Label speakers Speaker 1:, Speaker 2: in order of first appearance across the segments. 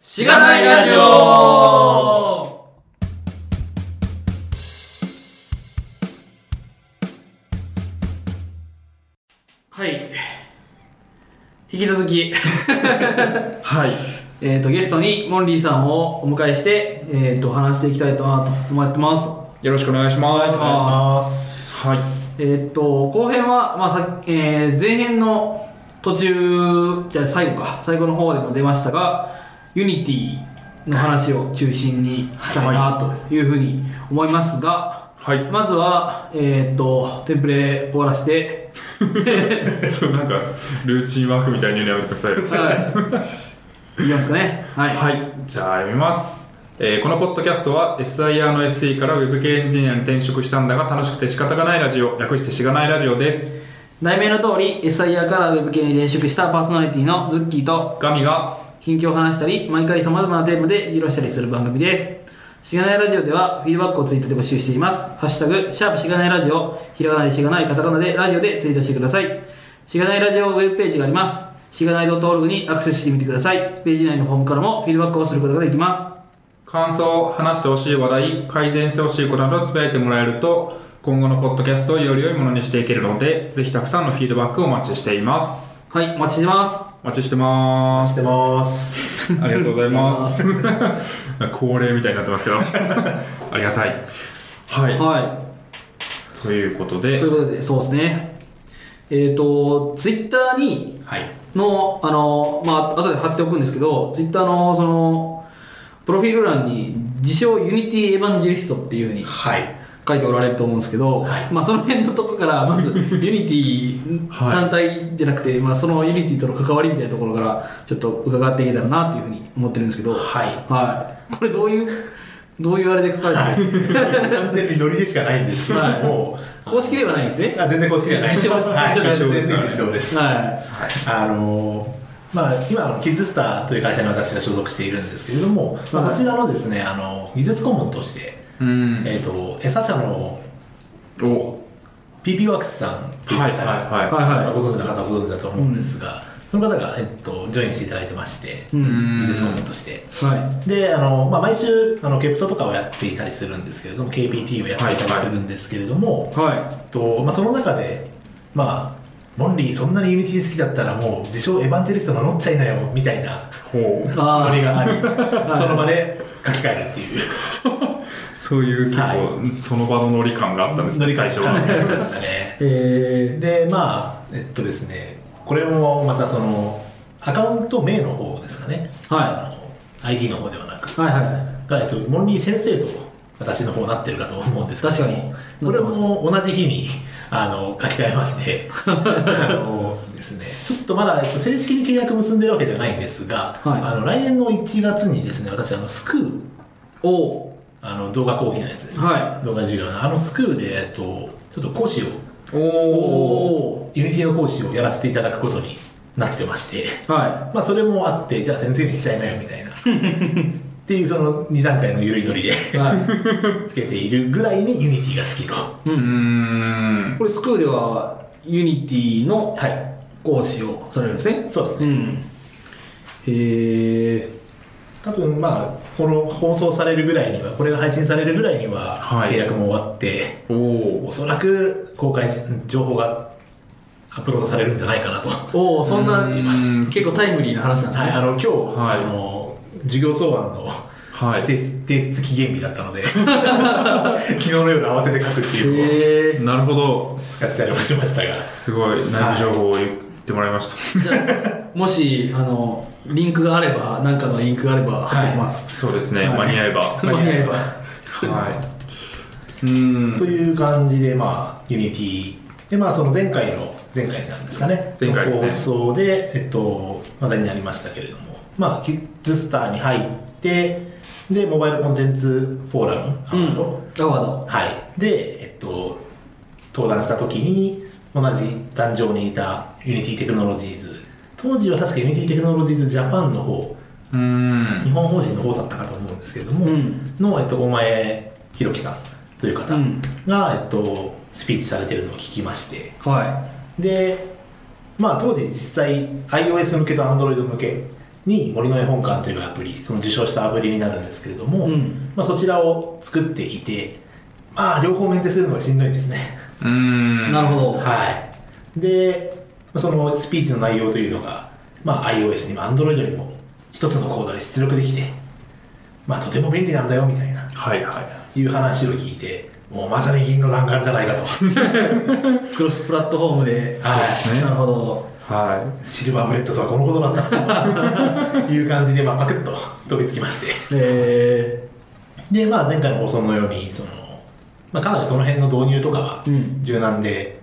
Speaker 1: しがないラジオはい。引き続き、
Speaker 2: はい。
Speaker 1: えっと、ゲストにモンリーさんをお迎えして、えっ、と、話していきたいとなと思ってます。
Speaker 2: よろしくお願いします。。
Speaker 1: お願いします
Speaker 2: はい。
Speaker 1: えっ、と、後編は、まあさえー前編の途中、じゃあ最後か、最後の方でも出ましたが、ユニティの話を中心にしたいなというふうに思いますが、
Speaker 2: はい。
Speaker 1: まずは、えっ、と、テンプレ終わらして、
Speaker 2: そう、なんか、ルーチンワークみたいに言うのやめてください。
Speaker 1: はい。いきますかね。はい。
Speaker 2: はい。じゃあ、読みます。えーこのポッドキャストは SIR の SE から Web 系エンジニアに転職したんだが楽しくて仕方がないラジオ、略してしがないラジオです。
Speaker 1: 題名の通り、SIR から Web 系に転職したパーソナリティのズッキーと、
Speaker 2: ガミが、
Speaker 1: 近況を話したり毎回様々なテーマで議論したりする番組ですしがないラジオではフィードバックをツイートで募集しています「ハッシュタグシャープしがないラジオ」ひらがなでしがないカタカナでラジオでツイートしてくださいしがないラジオウェブページがありますしがない .org にアクセスしてみてくださいページ内のフォームからもフィードバックをすることができます
Speaker 2: 感想、話してほしい話題、改善してほしいことなどつぶやいてもらえると、今後のポッドキャストをより良いものにしていけるので、ぜひたくさんのフィードバックをお待ちしています。
Speaker 1: はいお待ちしてます
Speaker 2: お待ちしてまーす
Speaker 3: し。てます。
Speaker 2: ありがとうございます。恒例みたいになってますけど、 ありがたい。はい。
Speaker 1: は
Speaker 2: ということ
Speaker 1: い
Speaker 2: で
Speaker 1: とい、うことでそうですねえっ、とツイッターに
Speaker 3: はい。
Speaker 1: の、あの、まあ、後で貼っておくんですけど、ツイッターの、その、プロフィール欄に、自称ユニティエヴァンジェリストっていうふうに
Speaker 3: はい。
Speaker 1: 書いておられると思うんですけど、
Speaker 3: はい
Speaker 1: まあ、その辺のとこから、まず、ユニティ
Speaker 2: はい
Speaker 1: 単体じゃなくて、まあ、そのユニティとの関わりみたいなところから、ちょっと伺っていけたらなというふうに思ってるんですけど、
Speaker 3: は
Speaker 1: はい。これどういう、どういうあれで書かれてるんです
Speaker 3: い。完全にノリでしかないんですけれども、
Speaker 1: か公式ではないんですね。
Speaker 3: あ全然公式じゃないで す。
Speaker 1: 一緒
Speaker 3: はい。
Speaker 1: 一緒
Speaker 3: 全然一緒です。
Speaker 1: は
Speaker 3: あのーまあ、今、キッズスターという会社に私が所属しているんですけれども、ま
Speaker 1: は
Speaker 3: あ、
Speaker 1: い
Speaker 3: そちらのですね、あの、技術顧問として、
Speaker 2: うん。
Speaker 3: えっ、と、エサ社の
Speaker 2: お、
Speaker 3: PP ワークスさんっていう方
Speaker 2: は
Speaker 3: が
Speaker 2: いはい
Speaker 1: はいはい
Speaker 3: ご存知の方はご存知だと思うんですが、その方が、えっと、ジョインしていただいてまして、
Speaker 1: い。うん。
Speaker 3: 技術顧問として。
Speaker 1: は
Speaker 3: であの、まあ、毎週あのケプトとかをやっていたりするんですけれども KPT をやっていたりするんですけれども、
Speaker 1: い。は
Speaker 3: とまあ、その中でまあモンリーそんなにユニティ好きだったらもう自称エヴァンジェリスト名乗っちゃいなよみたいな
Speaker 2: ほう。
Speaker 1: い。あ
Speaker 3: ノリ
Speaker 1: あ、
Speaker 3: があり
Speaker 1: い
Speaker 3: その場で書き換えるっていう
Speaker 2: そういう結構、その場のノリ感があったんです
Speaker 3: ノ
Speaker 2: ね、
Speaker 3: リ
Speaker 2: 最
Speaker 3: 感
Speaker 2: 初
Speaker 3: じ
Speaker 2: は。
Speaker 3: りましたね
Speaker 1: え
Speaker 3: でまあえっとですねこれもまたそのアカウント名の方ですかね、
Speaker 1: はい
Speaker 3: あの ID の方ではなく
Speaker 1: ー、はいはい。
Speaker 3: が、えっと、モンリー先生と私の方なってるかと思うんですけど
Speaker 1: 確かに
Speaker 3: これ
Speaker 1: なってま
Speaker 3: も同じ日にあの書き換えまして あのです、ね、ちょっとまだ、えっと、正式に契約結んでるわけではないんですが、
Speaker 1: はい
Speaker 3: あの来年の1月にですね私あのスクール
Speaker 1: おう
Speaker 3: あの動画講義のやつですね、
Speaker 1: は
Speaker 3: 動画授業のあのスクールで、えっと、ちょっと講師を
Speaker 1: お
Speaker 3: ユニティの講師をやらせていただくことになってまして
Speaker 1: ーは
Speaker 3: まあそれもあってじゃあ先生にしちゃいなよ みたいなっていうその2段階の緩いノリで
Speaker 1: い、は
Speaker 3: つけているぐらいにユニティが好き
Speaker 2: うー
Speaker 1: い、
Speaker 2: ん。
Speaker 1: これスクールではユニティの
Speaker 3: とはい
Speaker 1: 講師をされるんですね
Speaker 3: そうですね
Speaker 1: んへえ
Speaker 3: 多分まあこの放送されるぐらいにはこれが配信されるぐらいには
Speaker 2: はい
Speaker 3: 契約も終わって、
Speaker 2: お
Speaker 3: おそらく公開し情報がアップロードされるんじゃないかなと、は
Speaker 1: おおそんな
Speaker 2: うん
Speaker 1: 結構タイムリーな話なんですね、
Speaker 3: い、あの今日、
Speaker 2: はい
Speaker 3: あの授業草案の
Speaker 2: はい
Speaker 3: 提出提出期限日だったので 昨日の夜慌てて書くっていうの
Speaker 1: へえ
Speaker 2: お。な
Speaker 3: を
Speaker 2: るほど。
Speaker 3: やったりもしましたが
Speaker 2: すごい、内部情報を言ってもらいました。
Speaker 1: じゃあもしあのリンクがあれば何かのリンクがあれば貼っておきます、
Speaker 2: そうですね、
Speaker 1: はい
Speaker 2: 間に合えば。は
Speaker 1: 間に合えば
Speaker 2: い。うー
Speaker 3: と
Speaker 2: ん。
Speaker 3: いう感じで、まあ、ユニティで、まあ、その前回の、前回なんですかね、
Speaker 2: 前回ですね
Speaker 3: 放送で、えっと、話題になりましたけれども、まあ、キッズスターに入って、で、モバイルコンテンツフォーラム、アワード、
Speaker 1: アワード
Speaker 3: はい、で、えっと、登壇した時に、同じ壇上にいたユニティテクノロジーズ、当時は確かユニティテクノロジーズジャパンの方、
Speaker 2: うーん。
Speaker 3: 日本法人の方だったかと思うんですけれども、
Speaker 1: うん
Speaker 3: の、えっと、大前弘樹さんという方が、
Speaker 1: うん
Speaker 3: えっと、スピーチされてるのを聞きまして
Speaker 1: は
Speaker 3: で、まあ、当時実際 iOS 向けと Android 向けに森の絵本館というアプリ、その受賞したアプリになるんですけれども、
Speaker 1: うん
Speaker 3: まあ、そちらを作っていて、まあ、両方メンテするのがしんどいんですね。
Speaker 2: うーん
Speaker 1: なるほど。
Speaker 3: はい。で、まあそのスピーチの内容というのが、まあ、iOS にも Android にも一つのコードで出力できて、まあ、とても便利なんだよみたいな、
Speaker 2: はいはい
Speaker 3: いう話を聞いて、もうまさに銀の弾丸じゃないかと。
Speaker 1: クロスプラットフォームで。
Speaker 3: はい
Speaker 2: ね
Speaker 1: なるほど。
Speaker 2: は
Speaker 3: シルバーブレッドとはこのことなんだという感じで、まあ、パクッと飛びつきまして。
Speaker 1: え
Speaker 3: で、まあ、前回の放送のように、その、まあ、かなりその辺の導入とかは
Speaker 1: うん
Speaker 3: 柔軟で、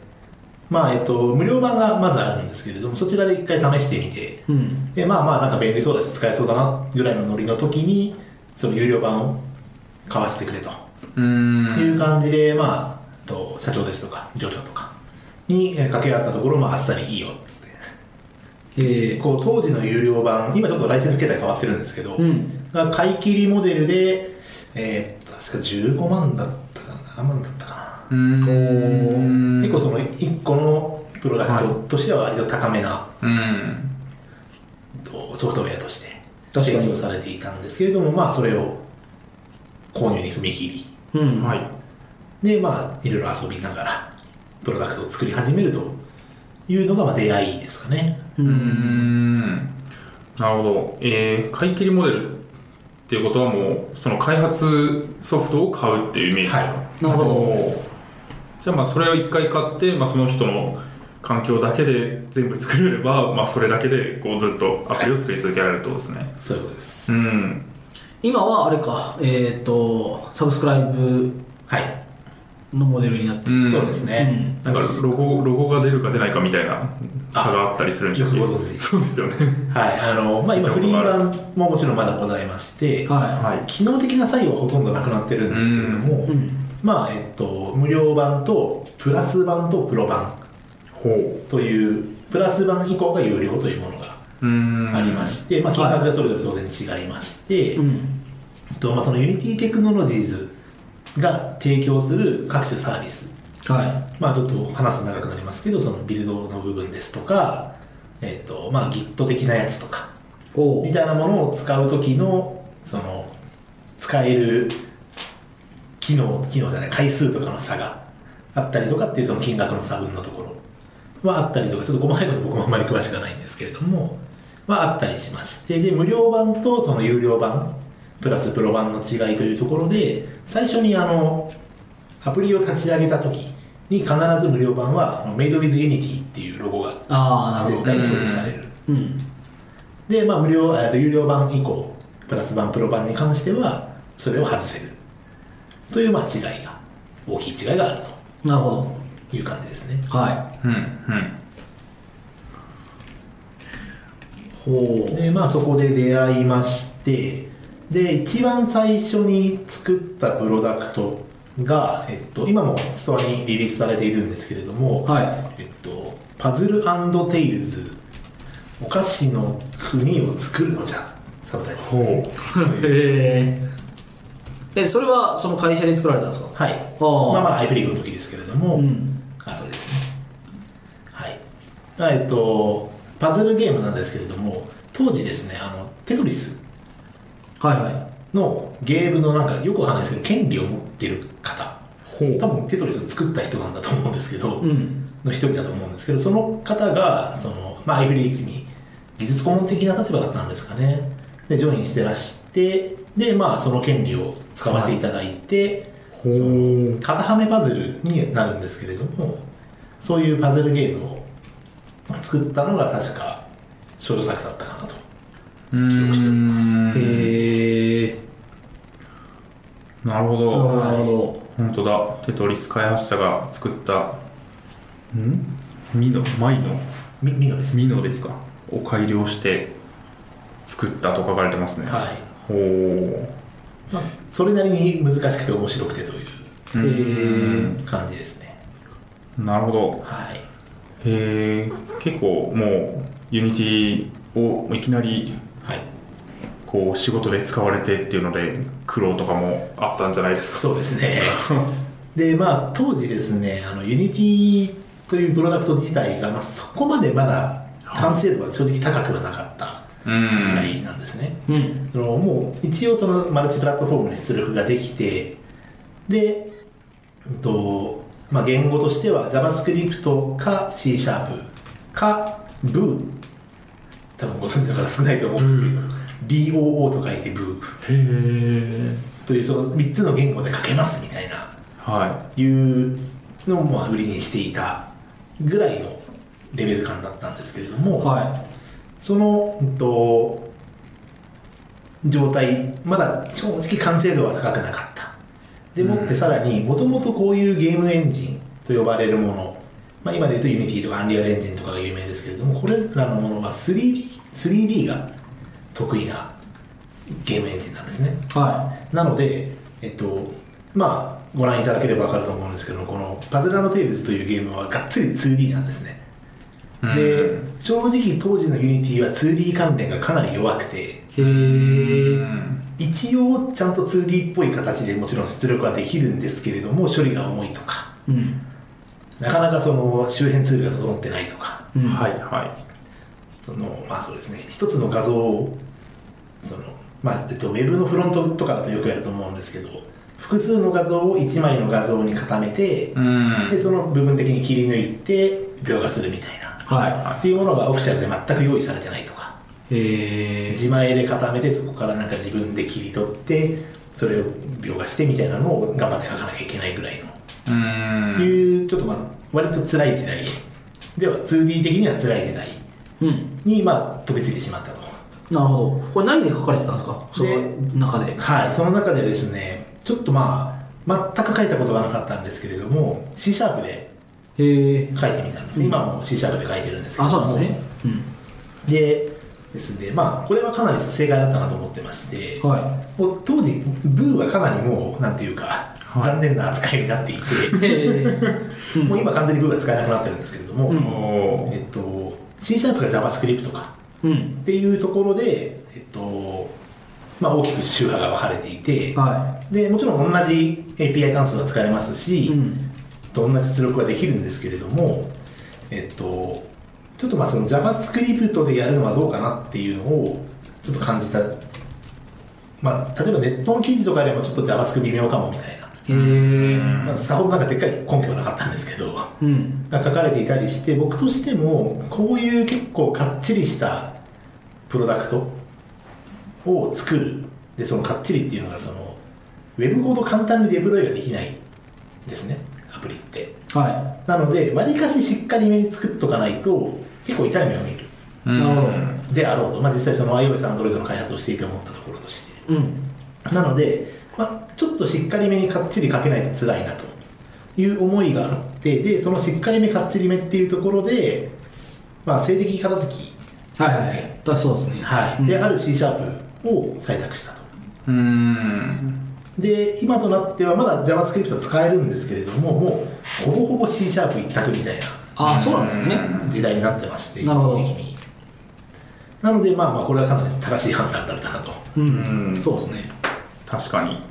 Speaker 3: まあ、えっと、無料版がまずあるんですけれども、そちらで一回試してみて、
Speaker 1: ー、うん。
Speaker 3: でまあまあなんか便利そうだし使えそうだなぐらいのノリの時にその有料版を買わせてくれ
Speaker 2: い
Speaker 3: と
Speaker 2: うーん
Speaker 3: いう感じで、まあと社長ですとか上長とかにえー掛け合ったところ、まあ、あっさりいいよっつっ
Speaker 1: え
Speaker 3: て
Speaker 1: ー、
Speaker 3: こう当時の有料版今ちょっとライセンス形態変わってるんですけど、
Speaker 1: うん。
Speaker 3: が買い切りモデルでえー、確か15万だったかな何万だったかな、
Speaker 2: うーん
Speaker 1: こう
Speaker 2: うん
Speaker 3: 結構その1個のプロダクトとしては割と高めな、
Speaker 2: うん
Speaker 3: とソフトウェアとして
Speaker 1: 確かに
Speaker 3: 提供されていたんですけれども、まあ、それを購入に踏み切
Speaker 1: うん。。
Speaker 2: はいい
Speaker 3: りで、まあ、いろいろ遊びながらプロダクトを作り始めるというのが、まあ、出会いですかね
Speaker 1: う
Speaker 2: うー
Speaker 1: ん。
Speaker 2: んなるほど、えー、買い切りモデルっていうことはもうその開発ソフトを買うっていうイメージですか、
Speaker 3: はい
Speaker 1: なるほど
Speaker 3: そう
Speaker 2: お
Speaker 3: で
Speaker 2: ー
Speaker 3: す
Speaker 2: じゃあまあそれを一回買って、まあ、その人の環境だけで全部作れれば、まあ、それだけでこうずっとアプリを作り続けられるってことですね、
Speaker 3: そういうことです、
Speaker 2: うん
Speaker 1: 今はあれか、えっ、と、サブスクライブ
Speaker 3: はい、
Speaker 1: のモデルになってる
Speaker 2: うん
Speaker 3: そうですね、
Speaker 2: なんかロゴロゴが出るか出ないかみたいな差があったりするんで
Speaker 3: よ
Speaker 2: す
Speaker 3: く
Speaker 2: け
Speaker 3: ご
Speaker 2: ど
Speaker 3: 存知
Speaker 2: そうですよね
Speaker 3: はいあのまあ、今フリー版ももちろんまだございまして
Speaker 1: は
Speaker 2: はい
Speaker 3: 機能的な作用はほとんどなくなってるんですけれども、
Speaker 1: い。うん。
Speaker 3: まあえっと、無料版とプラス版とプロ版
Speaker 2: ほう
Speaker 3: というプラス版以降が有料というものが
Speaker 2: うーん
Speaker 3: ありまして、まあ、金額がそれぞれ当然違いまして、
Speaker 1: うん。
Speaker 3: とまあ、その Unity Technologies が提供する各種サービス、
Speaker 1: は
Speaker 3: まあ、ちょっと話すと長くなりますけど、そのビルドの部分ですとか、えっとまあ、Git 的なやつとか、
Speaker 1: い。こ
Speaker 3: みたいなものを使う時の、その、使える機能、機能じゃない、回数とかの差があったりとかっていうその金額の差分のところはあったりとか、ちょっと細かいこと僕もあんまり詳しくはないんですけれども、はあったりしまして、で、無料版とその有料版、プラスプロ版の違いというところで、最初にあの、アプリを立ち上げた時に必ず無料版は、あの Made with Unity っていうロゴが
Speaker 1: う。ああ、なる
Speaker 3: 絶
Speaker 1: ほど。
Speaker 3: 対に表示される。
Speaker 1: うん。
Speaker 3: で、まあ、無料、えーと、有料版以降、プラス版、プロ版に関しては、それを外せる。という、まあ、違いが、大きい違いがある
Speaker 1: なるほ
Speaker 3: という感じですね。
Speaker 1: ど。はい。
Speaker 2: うんうん
Speaker 1: ほう。
Speaker 3: で、まあ、そこで出会いまして、で、一番最初に作ったプロダクトが、えっと、今もストアにリリースされているんですけれども、
Speaker 1: は
Speaker 3: えっと、パズルテイルズ、お菓子の国を作るのじゃ、サブタイトルですね。
Speaker 1: い。へえ。え、それはその会社で作られたんですか
Speaker 3: はい。
Speaker 1: ああ
Speaker 3: まあまだハイブリッドの時ですけれども、
Speaker 1: うん
Speaker 3: あ、そうですね。はい。まあえっと、パズルゲームなんですけれども、当時ですね、あの、テトリス
Speaker 1: はいはい。
Speaker 3: のゲームのなんか、よくわかんないですけど、権利を持ってる方、
Speaker 2: ほう
Speaker 3: 多分テトリスを作った人なんだと思うんですけど、
Speaker 1: うん。
Speaker 3: の一人だと思うんですけど、その方が、その、まあ、アイブリーグに技術顧問的な立場だったんですかね。で、ジョインしてらして、で、まあ、その権利を使わせていただいて、
Speaker 2: ほう
Speaker 3: 型はめパズルになるんですけれどもそういうパズルゲームを作ったのが確か少女作だったかなと
Speaker 2: うー
Speaker 3: 記憶しており
Speaker 2: ん
Speaker 1: へえ。
Speaker 2: なるほど、
Speaker 1: なるほ
Speaker 2: 本当だテトリス開発者が作ったんミノマイノ
Speaker 3: みミノですね
Speaker 2: ミノですかを改良して作ったと書かれてますね
Speaker 3: はい、
Speaker 2: おー
Speaker 3: まあ、それなりに難しくて面白くてとい
Speaker 1: ど。へえ。
Speaker 3: う感じですね
Speaker 2: なるほど
Speaker 3: はい
Speaker 2: へえ結構もうユニティをいきなり
Speaker 3: はい
Speaker 2: こう仕事で使われてっていうので苦労とかもあったんじゃないですか
Speaker 3: そうですねでまあ当時ですねあのユニティというプロダクト自体が、まあ、そこまでまだ完成度が正直高くはなかった
Speaker 2: うん
Speaker 3: 時代なんですね、
Speaker 1: うん。
Speaker 3: そのもう一応そのマルチプラットフォームに出力ができてで、うんとまあ、言語としては JavaScript か C シャープか Boo 多分ご存知の方少ないと思うんですけど BOO と書いて
Speaker 2: へ
Speaker 3: Boo
Speaker 2: え
Speaker 3: というその3つの言語で書けますみたいな
Speaker 2: は
Speaker 3: いうのをまあ売りにしていたぐらいのレベル感だったんですけれども、
Speaker 1: は
Speaker 3: その、うんと、状態、まだ正直完成度は高くなかった。でもってさらに、もともとこういうゲームエンジンと呼ばれるもの、まあ、今で言うと Unity とか Unreal Engine とかが有名ですけれども、これらのものは 3D, 3D が得意なゲームエンジンなんですね。
Speaker 1: い。は
Speaker 3: なので、えっと、まあ、ご覧いただければわかると思うんですけど、このパズルテイルズというゲームはがっつり 2D なんですね。
Speaker 2: い
Speaker 3: で、正直当時の Unity は 2D 関連がかなり弱くて、
Speaker 1: い。へ
Speaker 2: う
Speaker 1: ー。
Speaker 2: ん
Speaker 3: 一応ちゃんと 2D っぽい形でもちろん出力はできるんですけれども、処理が重いとか、
Speaker 1: うん。
Speaker 3: なかなかその周辺ツールが整ってないとか、
Speaker 1: うん。。
Speaker 2: はいいは
Speaker 3: そのまあそうですね一つの画像をそのまあえっとウェブのフロントとかだとよくやると思うんですけど複数の画像を1枚の画像に固めて
Speaker 2: い、うん
Speaker 3: でその部分的に切り抜いて描画するみたいな
Speaker 1: は
Speaker 3: っていうものがオフィシャルで全く用意されてないとか
Speaker 1: い。へー。
Speaker 3: 自前で固めてそこからなんか自分で切り取ってそれを描画してみたいなのを頑張って書かなきゃいけないぐらいの、
Speaker 2: うん
Speaker 3: いうちょっとまあ割と辛い時代では 2D 的には辛い時代
Speaker 1: うん。
Speaker 3: にまあ飛びついてしまったと。
Speaker 1: なるほど。これ何で書かれてたんですかその中で。
Speaker 3: はい、その中でですね、ちょっとまあ、全く書いたことがなかったんですけれども、C シャープで
Speaker 1: へー。
Speaker 3: 書いてみたんですね。今も C シャープで書いてるんですけど
Speaker 1: あ、
Speaker 3: も。
Speaker 1: そうなんですね。
Speaker 3: で、ですね、まあ、これはかなり正解だったなと思ってまして、
Speaker 1: うん。は
Speaker 3: もう当時、ブーはかなりもう、なんていうか、
Speaker 2: はい
Speaker 3: 残念な扱いになって い
Speaker 1: い。へー。
Speaker 3: て、もう今完全にブーが使えなくなってるんですけれども、
Speaker 1: うん
Speaker 2: おー
Speaker 3: えっと、C シャープが JavaScript か
Speaker 1: うん。
Speaker 3: っていうところで、えっと、まあ、大きく宗派が分かれていて、
Speaker 1: は
Speaker 3: でもちろん同じ API 関数が使えますし、
Speaker 1: い。うん。
Speaker 3: と同じ出力ができるんですけれども、えっと、ちょっとまあその JavaScript でやるのはどうかなっていうのをちょっと感じた、まあ、例えばネットの記事とかでもちょっと JavaScript 微妙かもみたいな、
Speaker 1: へー。
Speaker 3: まあ、さほどなんかでっかい根拠はなかったんですけど
Speaker 1: うん。
Speaker 3: が書かれていたりして僕としてもこういう結構かっちりしたプロダクトを作るでそのかっちりっていうのがそのウェブごと簡単にデプロイができないですねアプリって
Speaker 1: は
Speaker 3: なのでわりかししっかりめに作っとかないと結構痛い目を見る
Speaker 2: うん
Speaker 1: なるほど
Speaker 3: であろうと、まあ、実際その iOS、Android の開発をしていて思ったところとして
Speaker 1: い。うん。
Speaker 3: なので、まあ、ちょっとしっかりめにかっちり書けないと辛いなという思いがあってでそのしっかりめかっちりめっていうところで、まあ、性的片付き、
Speaker 1: はいはい。だそうですね。
Speaker 3: はいである C シャープを採択したと
Speaker 2: うん
Speaker 3: で今となってはまだ JavaScript は使えるんですけれどももうほぼほぼ C シャープ一択みたいな
Speaker 1: あ、そうなんですね。
Speaker 3: 時代になってまして
Speaker 1: なるほど
Speaker 3: 一般的になのでまあまあこれはかなり正しい判断だったなと
Speaker 1: うん。そうですね。
Speaker 2: 確かに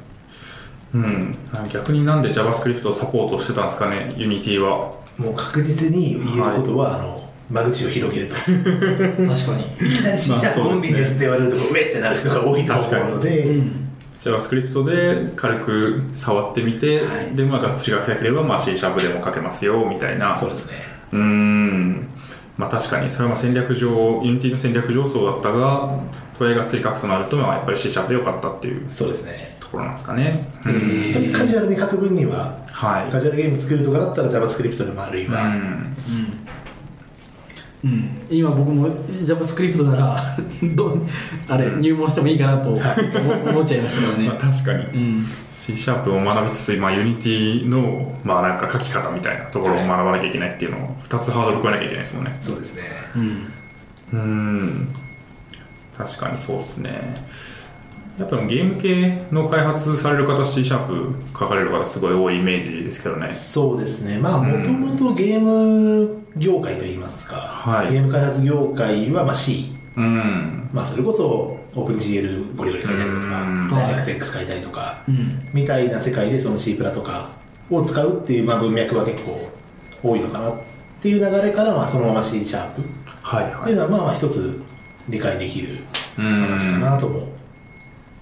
Speaker 2: うん逆になんで JavaScript をサポートしてたんですかね Unity は
Speaker 3: もう確実に言えることは、あの間口を広げると
Speaker 1: 確かに。
Speaker 3: いきなり新車オンリーですって言われると、うえってなる人が多いと思うので、
Speaker 1: うん。
Speaker 2: JavaScript で軽く触ってみて、
Speaker 3: はい
Speaker 2: でまあがっつり書けなければ、まあ、C シャープでも書けますよみたいな
Speaker 3: そうですね。
Speaker 2: うーんまあ確かにそれは戦略上 Unity の戦略上そうだったがとはいえがっつり書くとなるとまあやっぱり C シャープでよかったっていう
Speaker 3: そうですね。
Speaker 2: ところなんですかねう
Speaker 1: へ
Speaker 2: ん
Speaker 1: ー
Speaker 3: 本当にカジュアルに書く分には、
Speaker 2: はい
Speaker 3: カジュアルゲーム作るとかだったら JavaScript でもあるいは、
Speaker 2: うん
Speaker 1: うん、今僕も JavaScript ならどあれ入門してもいいかなと思思っちゃいましたから
Speaker 2: まあ
Speaker 1: ね、
Speaker 2: 確か
Speaker 1: う
Speaker 2: に
Speaker 1: ん、
Speaker 2: C シャープを学びつつ、まあ、Unity の、まあ、なんか書き方みたいなところを学ばなきゃいけないっていうのを2つハードル超えなきゃいけないですもんね
Speaker 3: そうですね。
Speaker 1: うん、
Speaker 2: うん確かにそうですねやっぱでもゲーム系の開発される方 C シャープ書かれる方すごい多いイメージですけどね
Speaker 3: そうですね。まあ、
Speaker 2: うん
Speaker 3: もともとゲーム業界といいますか、
Speaker 2: はい
Speaker 3: ゲーム開発業界はまあ C、
Speaker 2: うん
Speaker 3: まあ、それこそ OpenGL ゴリゴリ書いたりとか
Speaker 2: うん、
Speaker 3: DirectX 書いたりとか、
Speaker 1: うん、
Speaker 3: みたいな世界でその C プラとかを使うっていう、まあ、文脈は結構多いのかなっていう流れから、まあ、そのまま C シャープ
Speaker 2: はい
Speaker 3: っ
Speaker 2: は
Speaker 3: てい
Speaker 2: いう
Speaker 3: のはまあまあ一つ理解できる
Speaker 2: うん
Speaker 3: 話かなとも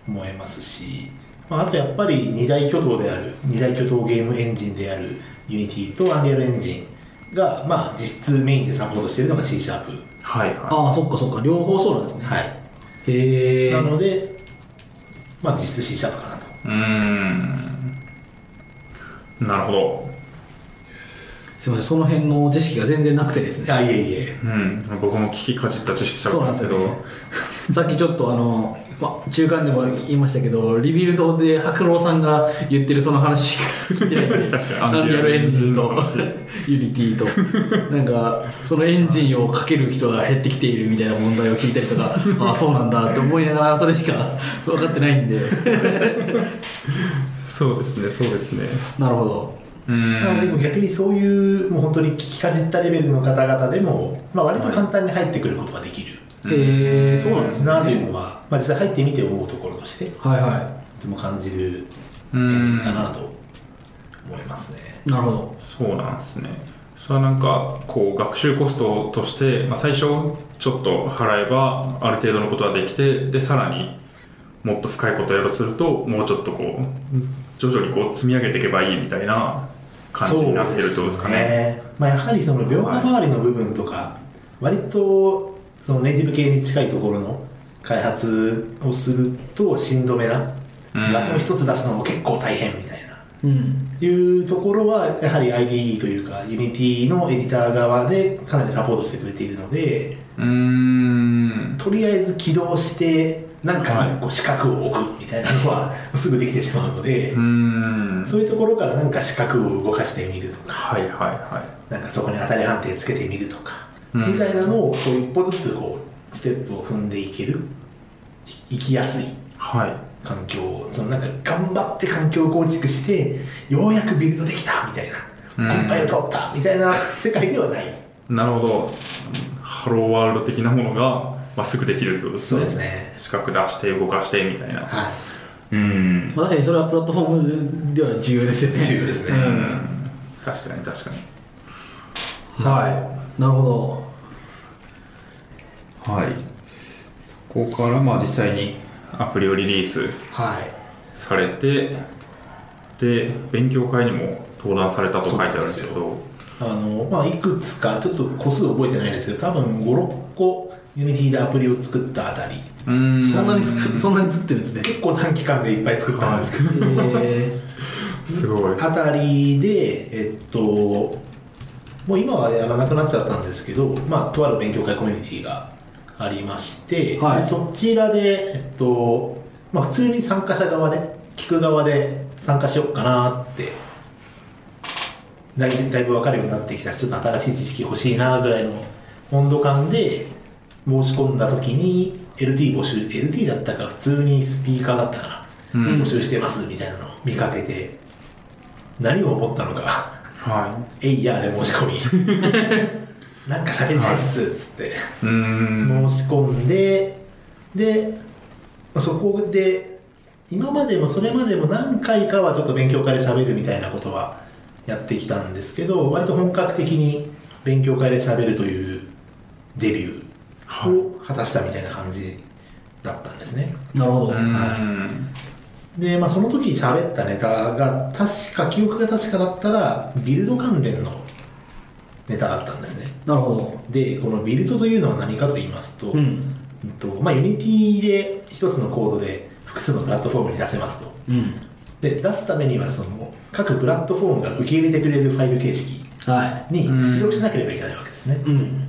Speaker 3: 思いますし、まあ、あとやっぱり二大巨頭である二大巨頭ゲームエンジンである Unity と Unreal エンジンが、まあ、実質メインでサポートしているのが C シャープ
Speaker 2: はいは
Speaker 1: ああそっかそっか両方そうなんですね
Speaker 3: はい
Speaker 1: へえ
Speaker 3: なので、まあ、実質 C シャープかなと
Speaker 2: いうーんなるほど
Speaker 1: すいませんその辺の知識が全然なくてですね
Speaker 3: あいえいえ
Speaker 2: うん僕も聞きかじった知識しゃべったんですけ
Speaker 1: そう
Speaker 2: ど
Speaker 1: なん さっきちょっとあの、ま、中間でも言いましたけどリビルドで白老さんが言ってるその話しか聞いてないんで
Speaker 2: 確かに
Speaker 1: アンリアルエンジンと
Speaker 2: アンリアルエンジンの
Speaker 1: ユニティとなんかそのエンジンをかける人が減ってきているみたいな問題を聞いたりと かああそうなんだって思いながらそれしか分かってないんで
Speaker 2: そうですねそうですね
Speaker 1: なるほど
Speaker 2: うー
Speaker 3: まあ、
Speaker 2: ん
Speaker 3: でも逆にそういうもう本当に聞きかじったレベルの方々でも、まあ、割と簡単に入ってくることができる
Speaker 1: へえそうなんですね
Speaker 3: なというのは、まあ、実際入ってみて思うところとしてと
Speaker 1: はいは
Speaker 3: ても感じる
Speaker 2: う
Speaker 3: エ
Speaker 2: ん
Speaker 3: ンジンだなと思いますね
Speaker 1: いなるほど
Speaker 2: そうなんですねそれはなんかこう学習コストとして、まあ、最初ちょっと払えばある程度のことはできてでさらにもっと深いことをやろうとするともうちょっとこう徐々にこう積み上げていけばいいみたいな感じになってるってことですか
Speaker 3: そう
Speaker 2: ね
Speaker 3: ねまあ、やはりその描画周りの部分とか割とそのネイティブ系に近いところの開発をするとしんどめな
Speaker 2: うん
Speaker 3: 画像一つ出すのも結構大変みたいな
Speaker 1: うん
Speaker 3: いうところはやはり IDE というか Unity のエディター側でかなりサポートしてくれているので
Speaker 2: うーん
Speaker 3: とりあえず起動してなんか一個四角を置くみたいなのはすぐできてしまうので
Speaker 2: うー、ん
Speaker 3: そういうところからなんか四角を動かしてみるとか
Speaker 2: はいはいは
Speaker 3: なんかそこに当たり判定つけてみるとか、
Speaker 2: うん
Speaker 3: みたいなのをこう一歩ずつこうステップを踏んでいけるい行きやすい
Speaker 2: いはい
Speaker 3: 環境をそのなんか頑張って環境構築してようやくビルドできたみたいな、
Speaker 2: うん
Speaker 3: コンパイル通ったみたいな世界ではない
Speaker 2: なるほどハローワールド的なものが、まあ、すぐできるってことです
Speaker 3: そう
Speaker 2: ね
Speaker 3: ですね
Speaker 2: 四角出して動かしてみたいな
Speaker 3: は
Speaker 2: うん
Speaker 1: まあ確かにそれはプラットフォームでは重要ですよね
Speaker 3: い重要ですね、
Speaker 2: うん確かに確かに
Speaker 1: はいなるほど
Speaker 2: はいそこからまあ実際にアプリをリリース
Speaker 3: はい
Speaker 2: されてで勉強会にも登壇されたと書いてあるんですけど
Speaker 3: あのまあいくつかちょっと個数覚えてないですけど多分56個 Unity でアプリを作ったあたり
Speaker 2: うーん
Speaker 1: そんなにつくそんなに作ってるんですね
Speaker 3: 結構短期間でいっぱい作ったんですけど
Speaker 1: え
Speaker 2: すごい
Speaker 3: あたりで、えっと、もう今はやらなくなっちゃったんですけど、まあ、とある勉強会コミュニティがありまして、
Speaker 1: はい
Speaker 3: でそちらで、えっと、まあ、普通に参加者側で、聞く側で参加しようかなって、だいぶだいぶ分かるようになってきたし、ちょっと新しい知識欲しいなぐらいの温度感で、申し込んだ時に LT 募集、LT だったか普通にスピーカーだったかな、
Speaker 2: うん
Speaker 3: 募集してますみたいなのを見かけて、何を思ったのか、
Speaker 2: は
Speaker 3: えいやで申し 込み。なんか喋りたいっす、つって。
Speaker 2: いうーん
Speaker 3: 申し込んで、で、まあそこで、今までもそれまでも何回かはちょっと勉強会で喋るみたいなことはやってきたんですけど、割と本格的に勉強会で喋るというデビューを果たしたみたいな感じだったんですね。
Speaker 1: ー、なるほど、
Speaker 2: うーん
Speaker 3: で、まあ、その時喋ったネタが確か記憶が確かだったらビルド関連のネタだったんですね
Speaker 1: なるほ
Speaker 3: でこのビルドというのは何かと言いますと,、
Speaker 1: どうん
Speaker 3: うんとまあ、Unity で一つのコードで複数のプラットフォームに出せますと
Speaker 1: うん
Speaker 3: で出すためにはその各プラットフォームが受け入れてくれるファイル形式
Speaker 1: は
Speaker 3: に出力しなければいけないわけですね
Speaker 1: いうん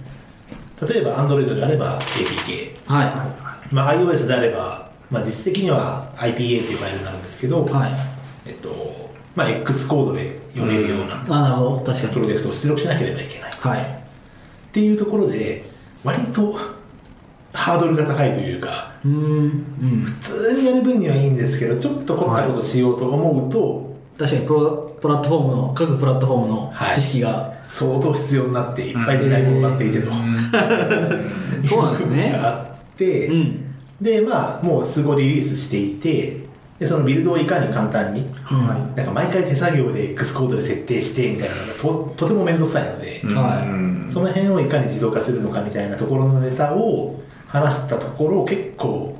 Speaker 3: 例えば Android であれば APK
Speaker 1: は
Speaker 3: まあ、iOS であれば、まあ、実質的には IPA というファイルになるんですけど、
Speaker 1: いはい
Speaker 3: えっとまあ、X コードで読めるような
Speaker 1: あなるほど確か
Speaker 3: プロ
Speaker 1: に
Speaker 3: ジェクトを出力しなければいけないっ
Speaker 1: はい
Speaker 3: ていうところで割とハードルが高いというか
Speaker 1: うーんうん
Speaker 3: 普通にやる分にはいいんですけどちょっと凝ったことしようと思うと
Speaker 1: 確かにプロプラットフォームの各プラットフォームの
Speaker 3: はい
Speaker 1: 知識が、
Speaker 3: 相当必要になっていっぱい時代も埋まっていてと、
Speaker 1: そうなんです ね
Speaker 3: があって、
Speaker 1: うん
Speaker 3: でまあもうすごいリリースしていてでそのビルドをいかに簡単に
Speaker 2: は
Speaker 3: なんか毎回手作業で X コードで設定してみたいなのがととても面倒くさいので
Speaker 2: い、
Speaker 1: はい
Speaker 2: うん
Speaker 3: その辺をいかに自動化するのかみたいなところのネタを話したところを結構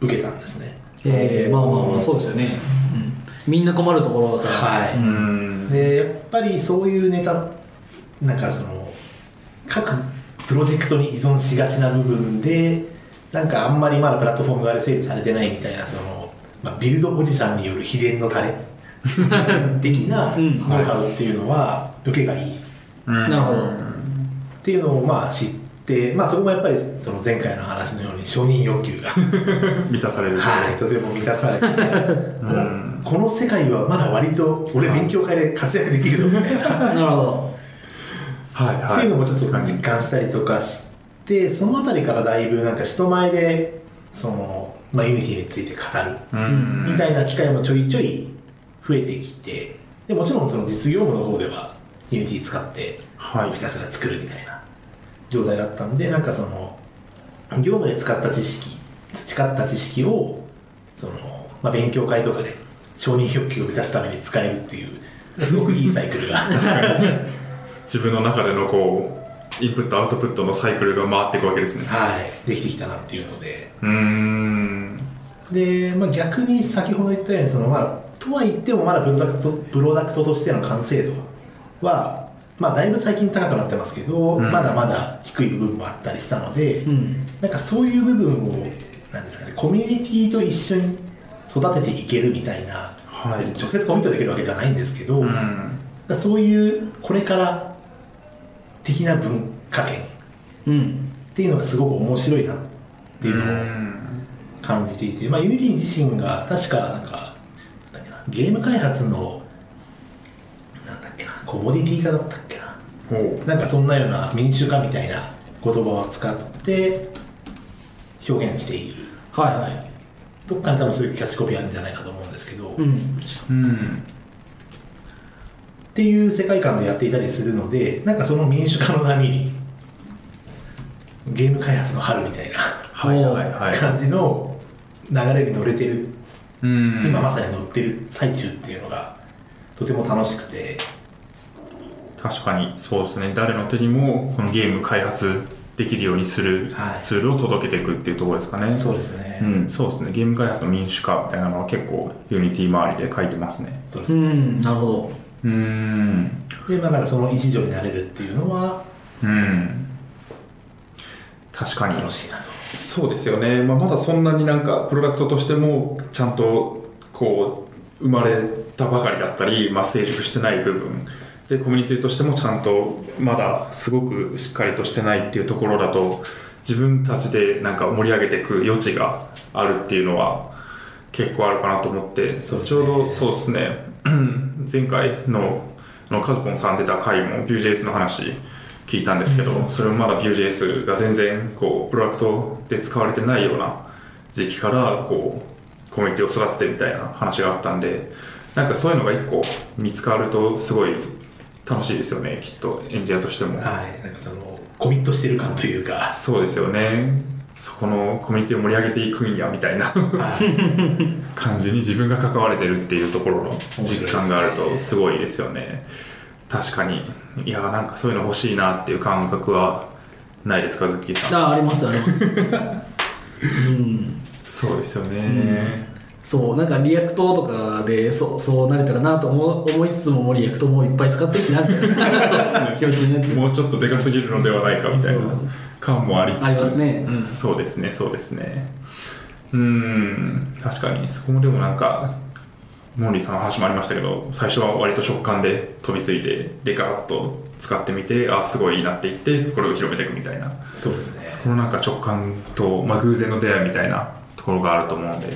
Speaker 3: 受けたんですね
Speaker 1: えー、まあまあまあそうですよね、うん、みんな困るところだから、
Speaker 3: は
Speaker 2: う
Speaker 3: い、
Speaker 2: ん
Speaker 3: でやっぱりそういうネタなんかその各プロジェクトに依存しがちな部分でなんかあんまりまだプラットフォームが整理されてないみたいなその、まあ、ビルドおじさんによる秘伝のタレ的な
Speaker 1: うん
Speaker 3: ノウハウっていうのは受けがいい
Speaker 2: うん
Speaker 1: なるほど
Speaker 3: っていうのをまあ知って、まあ、そこもやっぱりその前回の話のように承認欲求が、
Speaker 2: 満たされる
Speaker 3: はい、とても満たされて、
Speaker 2: ん
Speaker 3: この世界はまだ割と俺勉強会で活躍できるぞみたいな、
Speaker 1: なるほど
Speaker 2: はいはい
Speaker 3: っていうのもちょっと
Speaker 2: 確か
Speaker 3: 実
Speaker 2: に
Speaker 3: 感したりとかしてそのあたりからだいぶなんか人前でその、まあ、ユニティについて語
Speaker 2: う
Speaker 3: る
Speaker 2: ん
Speaker 3: みたいな機会もちょいちょい増えてきてでもちろんその実業務の方ではユニティ使って
Speaker 2: はい
Speaker 3: ひたすら作るみたいな状態だったんでなんかその業務で使った知識培った知識をその、まあ、勉強会とかで承認欲求を満たすために使えるっていうすごくいいサイ クルが
Speaker 2: 自分の中でのこうインプットアウトプットのサイクルが回っていくわけですね
Speaker 3: はいできてきたなっていうので
Speaker 2: うーん
Speaker 3: で、まあ、逆に先ほど言ったようにその、まあ、とは言ってもまだプロダクトプロダクトとしての完成度は、まあ、だいぶ最近高くなってますけど、
Speaker 2: うん
Speaker 3: まだまだ低い部分もあったりしたので、
Speaker 1: うん
Speaker 3: なんかそういう部分をなんですかねコミュニティと一緒に育てていけるみたいな、
Speaker 2: はい
Speaker 3: 別に直接コミットできるわけではないんですけど、
Speaker 2: う
Speaker 3: なん
Speaker 2: ん
Speaker 3: かそういうこれから的な文化圏っ
Speaker 1: うん
Speaker 3: ていうのがすごく面白いなっていう
Speaker 2: う
Speaker 3: のを
Speaker 2: ん
Speaker 3: 感じていて、まあ、ユニティ自身が確かなんかなんだっけなゲーム開発のなんだっけなコモディティ化だったっけな
Speaker 2: ほう
Speaker 3: なんかそんなような民主化みたいな言葉を使って表現している
Speaker 1: はいはい
Speaker 3: どっかに多分そういうキャッチコピーあるんじゃないかと思うんですけど、
Speaker 1: う
Speaker 3: っ
Speaker 1: ん
Speaker 2: うん
Speaker 3: ていう世界観でやっていたりするのでなんかその民主化の波にゲーム開発の春みたいな
Speaker 2: はいはい は
Speaker 3: 感じの流れに乗れてる、
Speaker 2: いうん
Speaker 3: 今まさに乗ってる最中っていうのがとても楽しくて
Speaker 2: 確かにそうですね誰の手にもこのゲーム開発できるようにする
Speaker 3: はい
Speaker 2: ツールを届けていくっていうところですかね、
Speaker 3: そうですね、
Speaker 2: うん、そうですねゲーム開発の民主化みたいなのは結構ユニティ周りで書いてますね
Speaker 3: そうで
Speaker 1: う
Speaker 3: す
Speaker 1: んなるほど
Speaker 2: うーん
Speaker 3: でまあなんかその一助になれるっていうのは
Speaker 2: うん確かに
Speaker 3: 楽しいなと
Speaker 2: そうですよね、まあ、まだそんなになんかプロダクトとしてもちゃんとこう生まれたばかりだったり、まあ、成熟してない部分でコミュニティとしてもちゃんとまだすごくしっかりとしてないっていうところだと自分たちでなんか盛り上げていく余地があるっていうのは結構あるかなと思って、
Speaker 3: そうですね
Speaker 2: ちょうどそうですねうん前回のあのカズポンさん出た回も Vue.js の話聞いたんですけど、それもまだ Vue.js が全然こうプロダクトで使われてないような時期からこうコミュニティを育ててみたいな話があったんでなんかそういうのが一個見つかるとすごい楽しいですよねきっとエンジニアとしても
Speaker 3: はいなんかそのコミットしてる感というか、
Speaker 2: そうですよねそこのコミュニティを盛り上げていくんやみたいな
Speaker 3: はい、
Speaker 2: 感じに自分が関われてるっていうところの実感があるとすごいですよね確かにいやなんかそういうの欲しいなっていう感覚はないですかズッキーさん
Speaker 1: あありますありますうん
Speaker 2: そうですよね、
Speaker 1: そうなんかリアクトとかでそうそうなれたらなと思思いつつももうリアクトもいっぱい使ってるしなみたいな気持ちになって
Speaker 2: もうちょっとでかすぎるのではないかみたいな
Speaker 1: そう
Speaker 2: 感もありつつ
Speaker 1: ありますねうん
Speaker 2: そうですねそうですねうん確かにそこもでもなんかモンリーさんの話もありましたけど最初は割と直感で飛びついてでガーッと使ってみてあすごいいいなって言ってこれを広めていくみたいな
Speaker 3: そうですね
Speaker 2: そこのなんか直感と、まあ、偶然の出会いみたいなところがあると思うんで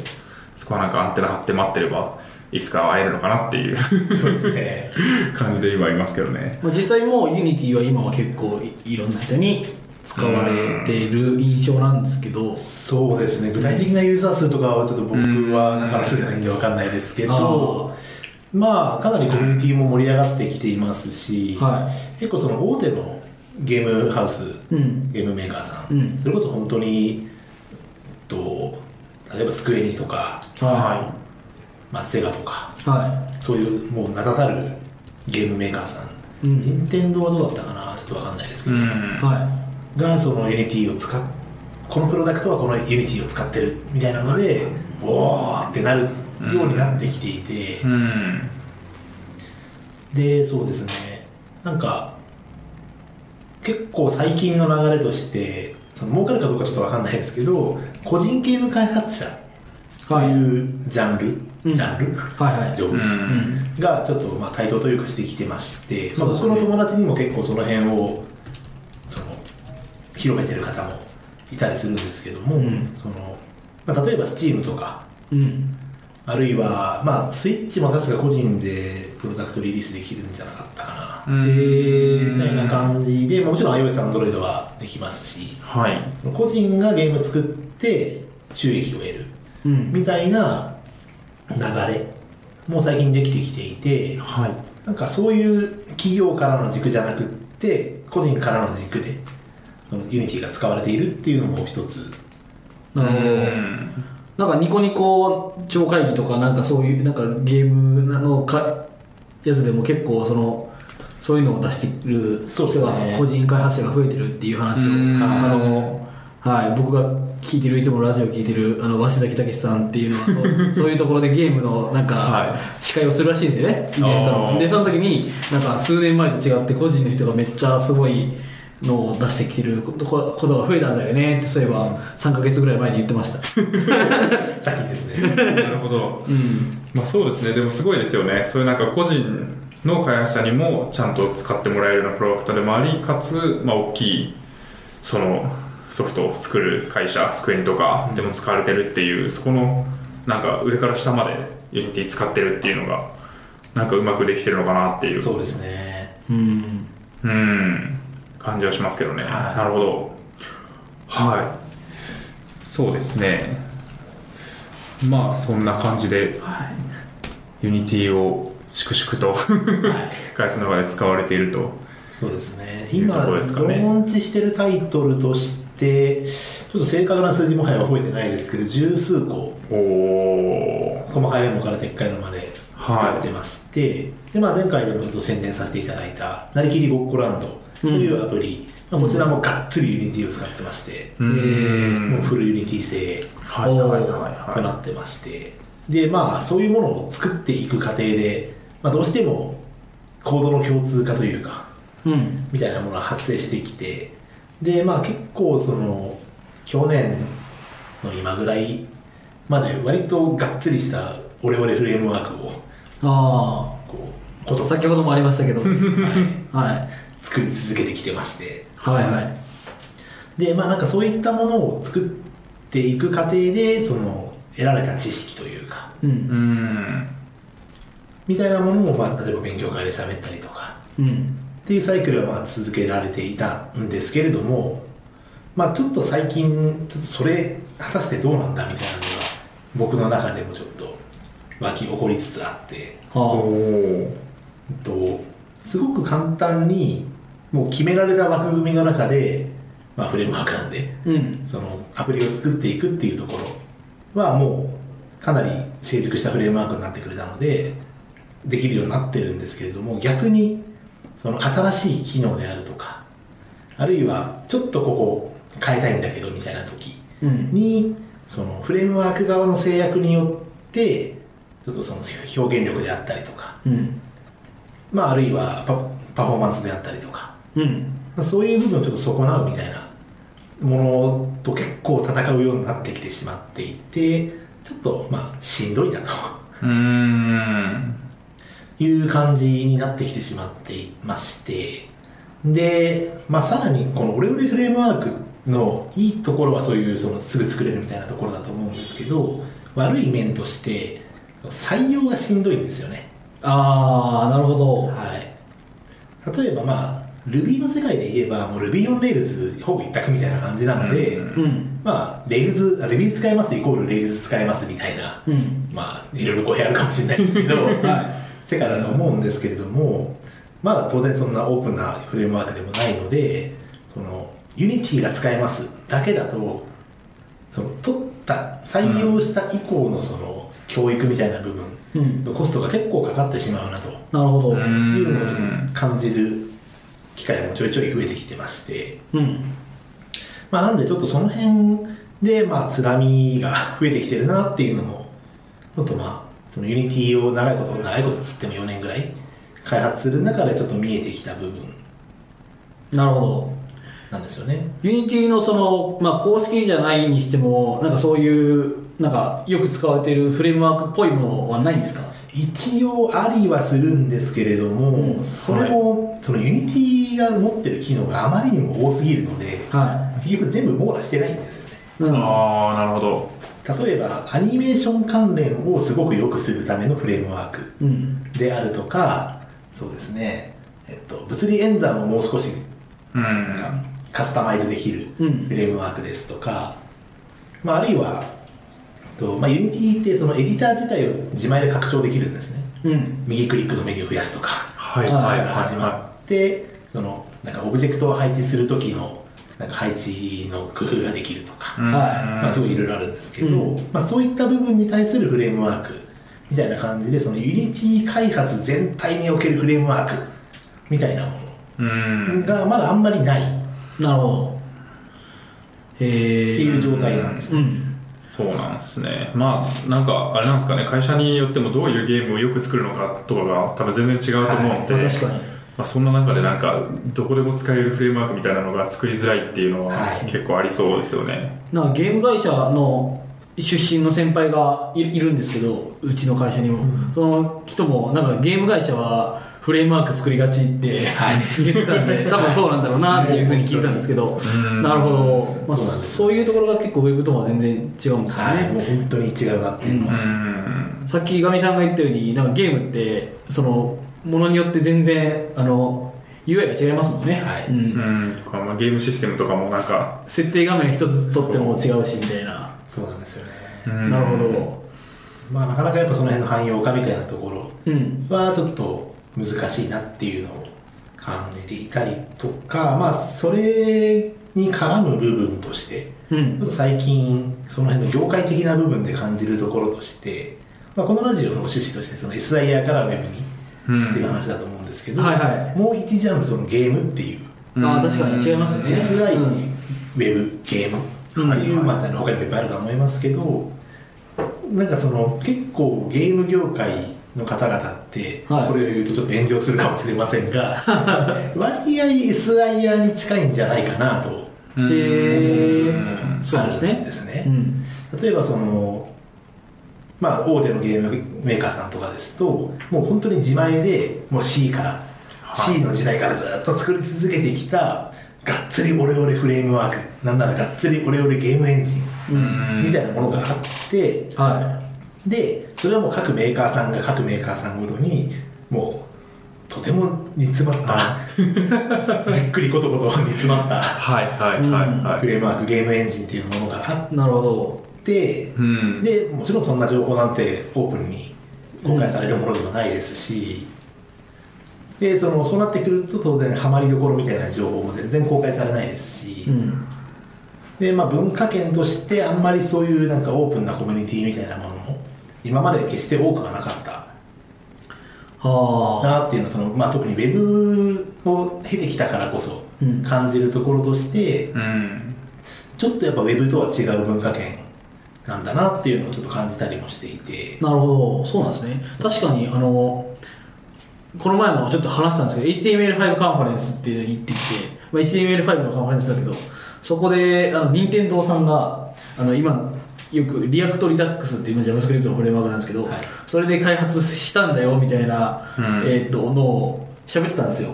Speaker 2: そこはなんかアンテナ張って待ってればいつか会えるのかなっていう
Speaker 3: そうですね
Speaker 2: 感じで今いますけどね
Speaker 1: まあ、実際もうユニティは今は結構いいろんな人に使われている印象なんですけど
Speaker 3: そうですね具体的なユーザー数とかはちょっと僕はなかなかないんで分かんないですけど、まあかなりコミュニティも盛り上がってきていますし、
Speaker 1: は
Speaker 3: 結構その大手のゲームハウス、
Speaker 1: いうん
Speaker 3: ゲームメーカーさん、
Speaker 1: うん
Speaker 3: それこそ本当にえっと例えばスクエニとか、
Speaker 1: は
Speaker 3: まあ、セガとか
Speaker 1: いは
Speaker 3: そういうもう名だたるゲームメーカーさん
Speaker 1: いうん
Speaker 3: 任天堂はどうだったかなちょっと分かんないですけ
Speaker 2: う
Speaker 3: ど、
Speaker 2: ん
Speaker 1: は
Speaker 3: がその NT を使っこのプロダクトはこのユニティを使ってるみたいなのでおーってなるようになってきていて、
Speaker 2: うん
Speaker 3: でそうですねなんか結構最近の流れとしてその儲かるかどうかちょっとわかんないですけど個人ゲーム開発者と
Speaker 1: はい
Speaker 3: いうジャンル、
Speaker 1: うん
Speaker 3: ジャンル、
Speaker 1: はいはい
Speaker 3: ジョ
Speaker 2: う
Speaker 3: ブ
Speaker 2: ん
Speaker 1: うん
Speaker 3: がちょっとまあ対等というかしてきてまして、ま
Speaker 1: そ
Speaker 3: あ、
Speaker 1: うです
Speaker 3: 僕
Speaker 1: ね
Speaker 3: の友達にも結構その辺をその広めてる方もいたりするんですけども、
Speaker 1: うん
Speaker 3: そのまあ、例えば Steam とか
Speaker 1: うん
Speaker 3: あるいは、まあ、スイッチも確か個人でプロダクトリリースできるんじゃなかったか
Speaker 2: うん
Speaker 1: え
Speaker 3: なみたいな感じで、まあ、もちろん iOS、Android はできますし
Speaker 2: はい
Speaker 3: 個人がゲーム作って収益を得る
Speaker 1: うん
Speaker 3: みたいな流れも最近できてきていて、
Speaker 2: はい
Speaker 3: なんかそういう企業からの軸じゃなくって個人からの軸でそのユニティが使われているっていうのも一つ
Speaker 1: なるほど
Speaker 2: うん
Speaker 1: なんかニコニコ超会議とかなんかそういうなんかゲームのかやつでも結構そのそういうのを出してる
Speaker 3: そ
Speaker 1: 人
Speaker 3: うです
Speaker 1: が
Speaker 3: ね
Speaker 1: 個人開発者が増えてるっていう話を
Speaker 2: うん
Speaker 1: あのはい僕が聞いてるいつもラジオ聞いてるあの鷲崎武さんっていうのはそうそういうところでゲームのなん
Speaker 2: は
Speaker 1: か司会をするらしいんですよねイベント
Speaker 2: あー
Speaker 1: のでその時になんか数年前と違って個人の人がめっちゃすごいのを出してきてることことが増えたんだよねってそういえば3ヶ月ぐらい前に言ってました
Speaker 3: 最近ですね
Speaker 2: なるほど
Speaker 1: うん
Speaker 2: まあそうですねでもすごいですよねそういうなんか個人の開発者にもちゃんと使ってもらえるようなプロダクトでもありかつ、まあ、大きいそのソフトを作る会社スクエニとかでも使われてるっていうそこのなんか上から下までユニティ使ってるっていうのがなんかうまくできてるのかなっていう
Speaker 3: そうですね
Speaker 1: うん
Speaker 2: うん感じはしますけどね、
Speaker 3: はい
Speaker 2: なるほどはいそうですねまあそんな感じで、ユニティを粛々と
Speaker 3: はい
Speaker 2: 開発の中で使われていると
Speaker 3: そうですね
Speaker 2: いう
Speaker 3: 今
Speaker 2: ところですかね
Speaker 3: ローンチしてるタイトルとしてちょっと正確な数字もはや覚えてないですけど十数個
Speaker 2: おお
Speaker 3: 細かいものから撤回のまで作ってまして、でまあ、前回でもちょっと宣伝させていただいた「なりきりごっこランド」というアプリ、まあ、こちらもがっつりユニティを使ってまして、
Speaker 2: うー
Speaker 3: もうんフルユニティ性
Speaker 2: はいはいはい
Speaker 3: と
Speaker 2: は
Speaker 3: なってまして、でまあそういうものを作っていく過程で、まあ、どうしてもコードの共通化というか
Speaker 1: うん
Speaker 3: みたいなものが発生してきてでまあ結構その去年の今ぐらいまで割とがっつりしたオレオレフレームワークを
Speaker 1: あ
Speaker 3: こうこと
Speaker 1: あ
Speaker 3: さ、は
Speaker 1: 先ほどもありましたけどはい
Speaker 3: い
Speaker 1: はい
Speaker 3: 作り続けてきてまして
Speaker 1: はい
Speaker 3: でまあなんかそういったものを作っていく過程でその得られた知識というか
Speaker 1: う
Speaker 2: いうんーん
Speaker 3: みたいなものも、まあ、例えば勉強会で喋ったりとか
Speaker 1: うん
Speaker 3: っていうサイクルはまあ続けられていたんですけれども、まあ、ちょっと最近ちょっとそれ果たしてどうなんだみたいなのが僕の中でもちょっと湧き起こりつつあって、
Speaker 1: あ
Speaker 2: お
Speaker 1: ー
Speaker 2: お
Speaker 3: うんと、すごく簡単にもう決められた枠組みの中で、まあ、フレームワークなんで
Speaker 1: うん
Speaker 3: そのアプリを作っていくっていうところはもうかなり成熟したフレームワークになってくれたのでできるようになってるんですけれども逆にその新しい機能であるとかあるいはちょっとここ変えたいんだけどみたいな時
Speaker 1: うん
Speaker 3: にそのフレームワーク側の制約によってちょっとその表現力であったりとか、
Speaker 1: うん
Speaker 3: まあ、あるいはパパフォーマンスであったりとか
Speaker 1: うん
Speaker 3: まあそういう部分をちょっと損なうみたいなものと結構戦うようになってきてしまっていてちょっとまあしんどいなと
Speaker 2: うーん
Speaker 3: いう感じになってきてしまっていましてで、まあ、さらにこのオレオレフレームワークのいいところはそういうそのすぐ作れるみたいなところだと思うんですけど悪い面として採用がしんどいんですよね
Speaker 1: ああなるほど
Speaker 3: はい、例えばまあ Ruby の世界で言えばもう Ruby on Rails ほぼ一択みたいな感じなので、
Speaker 2: うん
Speaker 1: うん
Speaker 3: まあ Rails Ruby 使えますイコール Rails 使えますみたいな、
Speaker 1: うん
Speaker 3: まあいろいろ語弊あるかもしれないですけど、
Speaker 1: は
Speaker 3: 世界だと思うんですけれどもまだ当然そんなオープンなフレームワークでもないのでその Unity が使えますだけだとその取った採用した以降のその教育みたいな部分
Speaker 1: いうん
Speaker 3: のコストが結構かかってしまうなと
Speaker 1: なるほど
Speaker 2: う
Speaker 1: うん
Speaker 2: ー
Speaker 3: いうのをちょっ
Speaker 2: ん
Speaker 3: と感じる機会もちょいちょい増えてきてまして、
Speaker 1: うん
Speaker 3: ままあ、なんでちょっとその辺で、まあ、津波が増えてきてるなっていうのも、ちょっとまあ、そのユニティを長いこと、長いことつっても4年ぐらい開発する中でちょっと見えてきた部分
Speaker 1: なるほど。
Speaker 3: なんですよね。
Speaker 1: ユニティのその、まあ、公式じゃないにしても、なんかそういう、なんかよく使われているフレームワークっぽいものはないんですか
Speaker 3: 一応ありはするんですけれども、
Speaker 1: うん
Speaker 3: それも、そのユニティが持ってる機能があまりにも多すぎるので、
Speaker 1: は
Speaker 3: 結局全部網羅してないんですよね。
Speaker 1: い。うん。は
Speaker 2: ああなるほど
Speaker 3: 例えばアニメーション関連をすごく良くするためのフレームワーク
Speaker 1: うん。
Speaker 3: であるとかそうですね、えっと、物理演算をもう少し
Speaker 2: うん
Speaker 3: カスタマイズできる
Speaker 1: う
Speaker 3: フ
Speaker 1: ん
Speaker 3: レームワークですとか、まあ、あるいは、えっとまあ、Unity ってそのエディター自体を自前で拡張できるんですね
Speaker 1: うん。
Speaker 3: 右クリックのメニューを増やすとか
Speaker 2: はい
Speaker 1: あー
Speaker 2: はいはい
Speaker 3: から始まってそのなんかオブジェクトを配置する時のなんか配置の工夫ができるとか、
Speaker 2: うん
Speaker 3: まあ、すごいいろいろあるんですけど、
Speaker 1: うん
Speaker 3: まあ、そういった部分に対するフレームワークみたいな感じでそのユニティ開発全体におけるフレームワークみたいなも
Speaker 2: うん
Speaker 3: のがまだあんまりないっ
Speaker 1: なるほど。へ
Speaker 3: て
Speaker 1: え。
Speaker 3: いう状態なんです、
Speaker 1: うん。
Speaker 2: そうなんですねまあなんかあれなんですかね会社によってもどういうゲームをよく作るのかとかが多分全然違うと思うので、
Speaker 1: まあ確かに。
Speaker 2: まあ、そんな中でなんかどこでも使えるフレームワークみたいなのが作りづらいっていうのは
Speaker 3: はい
Speaker 2: 結構ありそうですよね、
Speaker 1: なんかゲーム会社の出身の先輩がいいるんですけど、うちの会社にも。その人も、なんかゲーム会社はフレームワーク作りがちって、 言ってたんで、多分そうなんだろうなっていうふうに聞いたんですけど、
Speaker 2: うん
Speaker 1: なるほど。まあ、
Speaker 3: そうなんです
Speaker 1: そういうところが結構ウェブとは全然違うんですよ
Speaker 3: はい、
Speaker 1: ね。
Speaker 3: もう本当に違うなっていうの
Speaker 2: う
Speaker 3: は、
Speaker 2: ん
Speaker 1: さっきガミさんが言ったように、なんかゲームって、その、ものによって全然、あの、UI が違いますもんね。
Speaker 3: はい
Speaker 1: うん
Speaker 2: うんとか、まあ、ゲームシステムとかもなんか、
Speaker 1: 設定画面一つ取っても違うしみたいな、
Speaker 3: そうなんですよね、
Speaker 2: うん
Speaker 1: なるほど
Speaker 3: まあ、なかなかやっぱその辺の汎用化みたいなところ
Speaker 1: うん
Speaker 3: はちょっと難しいなっていうのを感じていたりとかまあそれに絡む部分として
Speaker 1: う
Speaker 3: ちょ
Speaker 1: ん
Speaker 3: っと最近その辺の業界的な部分で感じるところとして、まあ、このラジオの趣旨としてその SIR からウェブに
Speaker 2: うん
Speaker 3: っていう話だと思うんですけど、
Speaker 1: はいはい
Speaker 3: もう一ジャンルそのゲームっていう、
Speaker 2: うん
Speaker 1: ああ確かに違いますよね
Speaker 3: SI
Speaker 1: う
Speaker 3: に
Speaker 1: ん
Speaker 3: ウェブゲームっていう、
Speaker 1: はいはい
Speaker 3: まあ、他にもいっぱいあると思いますけどなんかその結構ゲーム業界の方々って、
Speaker 1: はい
Speaker 3: これを言うとちょっと炎上するかもしれません が割合 SIR に近いんじゃないかなと
Speaker 2: うん
Speaker 1: へ
Speaker 2: うん
Speaker 1: えそうです
Speaker 3: あるん
Speaker 1: ね
Speaker 3: ですね
Speaker 1: うん
Speaker 3: 例えばそのまあ大手のゲームメーカーさんとかですともう本当に自前でもう C から、
Speaker 2: はい
Speaker 3: C の時代からずっと作り続けてきたがっつりオレオレフレームワークなんならがっつりオレオレゲームエンジン
Speaker 2: うん
Speaker 3: みたいなものがあって
Speaker 1: は
Speaker 3: でそれはもう各メーカーさんが各メーカーさんごとにもうとても煮詰まった じっくりことこと煮詰まった
Speaker 2: はいはいはいは
Speaker 3: フ
Speaker 2: い
Speaker 3: レームワークゲームエンジンっていうものがあ
Speaker 1: いなるほど
Speaker 3: って
Speaker 2: うん
Speaker 3: でもちろんそんな情報なんてオープンに公開されるものでもないですし、でそのそうなってくると当然ハマりどころみたいな情報も全然公開されないですし、
Speaker 1: うん
Speaker 3: でまあ、文化圏としてあんまりそういうなんかオープンなコミュニティみたいなものも今まで決して多くはなかった
Speaker 1: はあ
Speaker 3: なっていうのはその、まあ、特にウェブを経てきたからこそ
Speaker 1: うん
Speaker 3: 感じるところとして、
Speaker 2: うん
Speaker 3: ちょっとやっぱウェブとは違う文化圏なんだなっていうのをちょっと感じたりもしていて。
Speaker 1: なるほどそうなんですね確かにあのこの前もちょっと話したんですけど HTML5 カンファレンスって言ってきて、まあ、HTML5 のカンファレンスだけどそこであの任天堂さんがあの今よくリアクトリダックスって今 JavaScript のフレームワークなんですけど、
Speaker 3: はい
Speaker 1: それで開発したんだよみたいな、
Speaker 2: うん
Speaker 1: えーっとのを喋ってたんですよ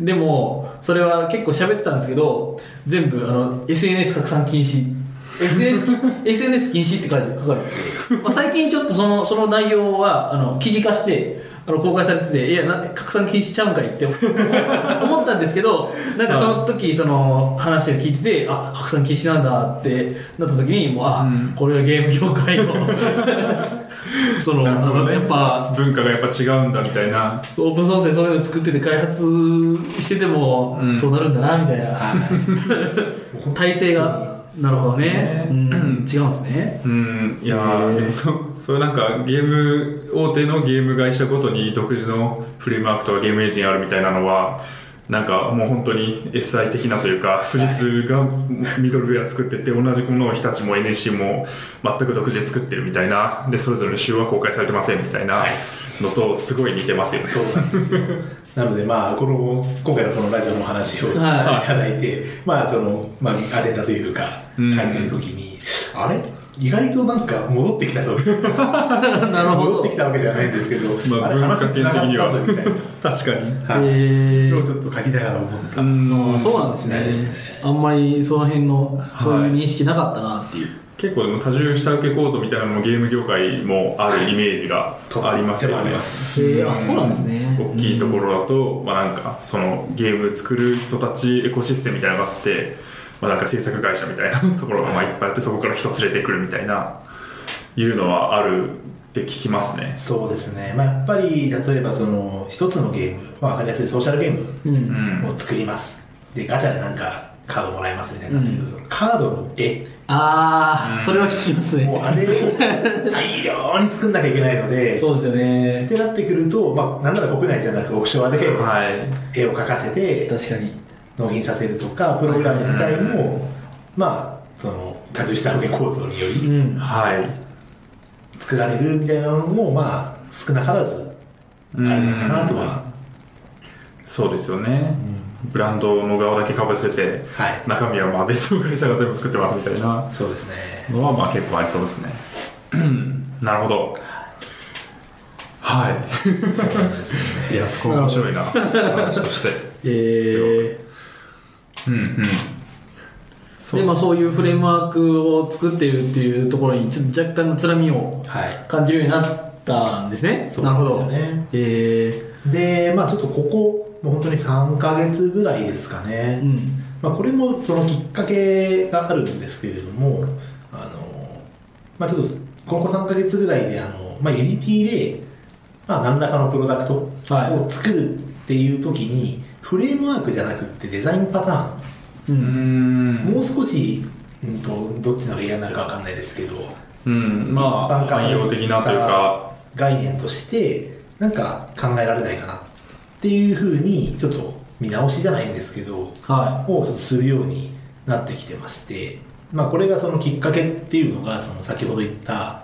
Speaker 1: でもそれは結構喋ってたんですけど全部あの SNS 拡散禁止 SNS, き SNS 禁止って書いて書かれてて、まあ、最近ちょっとそのその内容はあの記事化してあの公開されてていやな拡散禁止ちゃうんかいって思 ったんですけどなんかその時その話を聞いててあ拡散禁止なんだってなった時にもうあ、
Speaker 2: うん
Speaker 1: これはゲーム業界 のその、
Speaker 2: なるほどね
Speaker 1: やっぱ
Speaker 2: 文化がやっぱ違うんだみたいな
Speaker 1: オープンソースでそういうの作ってて開発してても
Speaker 2: うん
Speaker 1: そうなるんだなみたいな、 体制がなるほどね
Speaker 2: そううですね
Speaker 1: ん、違うんです ね
Speaker 2: うんいやー
Speaker 1: へー
Speaker 2: でもそそうなんかゲーム大手のゲーム会社ごとに独自のフレームワークとかゲームエンジンあるみたいなのはなんかもう本当に SI 的なというか富士通がミドルウェア作ってて同じものを日立も NEC も全く独自で作ってるみたいなでそれぞれの仕様は公開されてませんみたいなのとすごい似てますよね
Speaker 3: そうなんですよなのでまあこの今回のこのラジオのお話をいただいて、まあそのまあアジェンダというか書
Speaker 2: うん
Speaker 3: いてる時に、あれ意外となんか戻ってきたぞ
Speaker 1: なるほ
Speaker 3: 戻
Speaker 1: ど
Speaker 3: ってきたわけではないんですけど、
Speaker 2: まあ
Speaker 3: れ
Speaker 2: 文化圏的には
Speaker 3: 話繋がったぞ
Speaker 2: 確
Speaker 3: み
Speaker 2: かに
Speaker 3: たいな、はい
Speaker 1: え
Speaker 3: 今日
Speaker 1: ー
Speaker 3: ちょっと書きながら思った、
Speaker 1: あそうなんですね
Speaker 3: ですね
Speaker 1: あんまりその辺のそういう
Speaker 2: はい
Speaker 1: 認識なかったなっていう、
Speaker 2: 結構でも多重下請け構造みたいなのもゲーム業界もあるイメージがあります
Speaker 3: とって
Speaker 2: よ
Speaker 3: もあ
Speaker 2: ね
Speaker 3: ります
Speaker 1: えーあそうなんですね
Speaker 2: 大きいところだと、まあ、なんかそのゲーム作る人たちエコシステムみたいなのがあって、まあ、なんか制作会社みたいなところがまあいっぱいあってそこから人連れてくるみたいないうのはあるって聞きますね
Speaker 3: そうですね、まあ、やっぱり例えばその一つのゲーム、まあ、分かりやすいソーシャルゲーム
Speaker 1: うん、
Speaker 2: うん
Speaker 3: を作ります、でガチャでなんかカードもらえますみたいになってるけど、そのカードの絵
Speaker 1: ああ、それは聞きますね
Speaker 3: もうあれを大量に作んなきゃいけないので
Speaker 1: そうですよ
Speaker 3: っ
Speaker 1: ね
Speaker 3: てなってくると、まあ、なんなら国内じゃなくオフショアで
Speaker 2: はい
Speaker 3: 絵を描かせて
Speaker 1: 確かに
Speaker 3: 納品させるとかプログラム自体もまあその多重下請け構造によ
Speaker 1: う
Speaker 3: り
Speaker 1: ん
Speaker 2: はい
Speaker 3: 作られるみたいなのもまあ少なからずあるのかなとは、
Speaker 2: そうですよね、ブランドの側だけかぶせて
Speaker 3: はい
Speaker 2: 中身はまあ別の会社が全部作ってますみたいな
Speaker 3: そうですね
Speaker 2: のはまあ結構ありそうですねなるほどはい いやそこ面白いな話として
Speaker 1: えー
Speaker 2: うんうんそう
Speaker 1: でまあ、そういうフレームワークを作っているっていうところにちょっと若干のつらみを
Speaker 3: はい
Speaker 1: 感じるようになったんですね
Speaker 3: そう
Speaker 1: なる
Speaker 3: な
Speaker 1: ほ
Speaker 3: んで
Speaker 1: ど
Speaker 3: すよね
Speaker 1: え
Speaker 3: でまあちょっとここもう本当に3ヶ月ぐらいですかね、
Speaker 1: ーうん
Speaker 3: まあ、これもそのきっかけがあるんですけれどもあの、まあ、ちょっとここ3ヶ月ぐらいであの、まあ、ユニティで、まあ、何らかのプロダクト
Speaker 1: はい
Speaker 3: を作るっていう時に、フレームワークじゃなくってデザインパターン
Speaker 1: う
Speaker 2: うんん
Speaker 3: もう少し、うん、とどっちのレイヤーになるかわかんないですけど
Speaker 2: うんまあ
Speaker 3: 一般化され
Speaker 2: 汎
Speaker 3: た
Speaker 2: 用的なというか
Speaker 3: 概念としてなんか考えられないかなっていうふうにちょっと見直しじゃないんですけど
Speaker 1: は
Speaker 3: をちょっとするようになってきてまして、まあ、これがそのきっかけっていうのがその先ほど言ったあ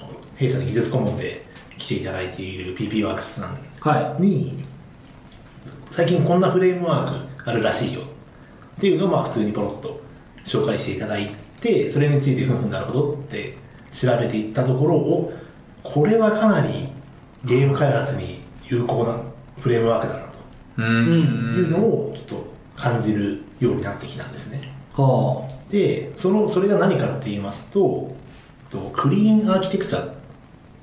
Speaker 3: の弊社の技術顧問で来ていただいている PP ワークスさん
Speaker 1: いは
Speaker 3: に最近こんなフレームワークあるらしいよっていうのをまあ普通にポロッと紹介していただいてそれについてふんふんなるほどって調べていったところをこれはかなりゲーム開発に有効なフレームワークだなと
Speaker 2: うん
Speaker 3: いうのをちょっと感じるようになってきたんですね。
Speaker 1: いはあ
Speaker 3: で、その、それが何かって言いますと、とクリーンアーキテクチャっ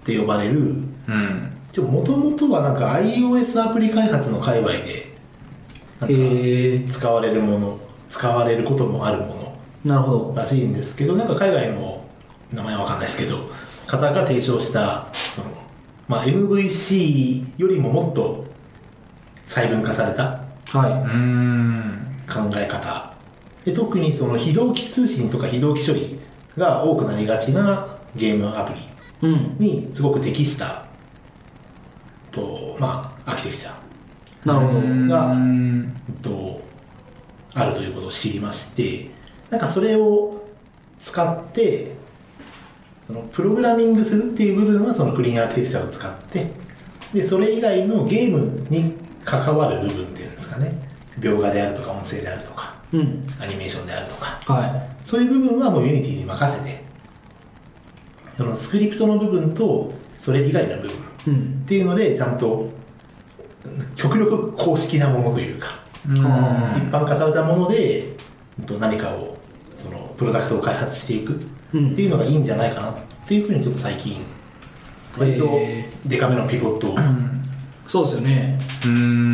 Speaker 3: て呼ばれる、
Speaker 2: うん
Speaker 3: もともとはなんか iOS アプリ開発の界隈で、なんか
Speaker 1: へえ
Speaker 3: 使われるもの、使われることもあるも
Speaker 1: なるほど
Speaker 3: のらしいんですけど、なんか海外の名前わかんないですけど、方が提唱した、その、まあ、MVC よりももっと細分化された
Speaker 1: は
Speaker 2: うん
Speaker 3: 考え方で特にその非同期通信とか非同期処理が多くなりがちなゲームアプリ
Speaker 1: いうん
Speaker 3: にすごく適したとまあアーキテクチャ
Speaker 1: なるほど
Speaker 3: が
Speaker 2: うん
Speaker 3: とあるということを知りましてなんかそれを使ってそのプログラミングするっていう部分はそのクリーンアーキテクチャを使ってでそれ以外のゲームに関わる部分っていうんですかね描画であるとか音声であるとか
Speaker 1: うん
Speaker 3: アニメーションであるとか
Speaker 1: は
Speaker 3: そういう部分はもうユニティに任せてそのスクリプトの部分とそれ以外の部分っ
Speaker 1: いうん
Speaker 3: ていうのでちゃんと極力公式なものというか
Speaker 2: うん
Speaker 1: あ
Speaker 3: 一般化されたものでうんと何かをそのプロダクトを開発していくって
Speaker 1: うん
Speaker 3: いうのがいいんじゃないかなっていうふうにちょっと最近割と
Speaker 1: え
Speaker 3: デカめのピボットを
Speaker 1: そうですよね
Speaker 2: う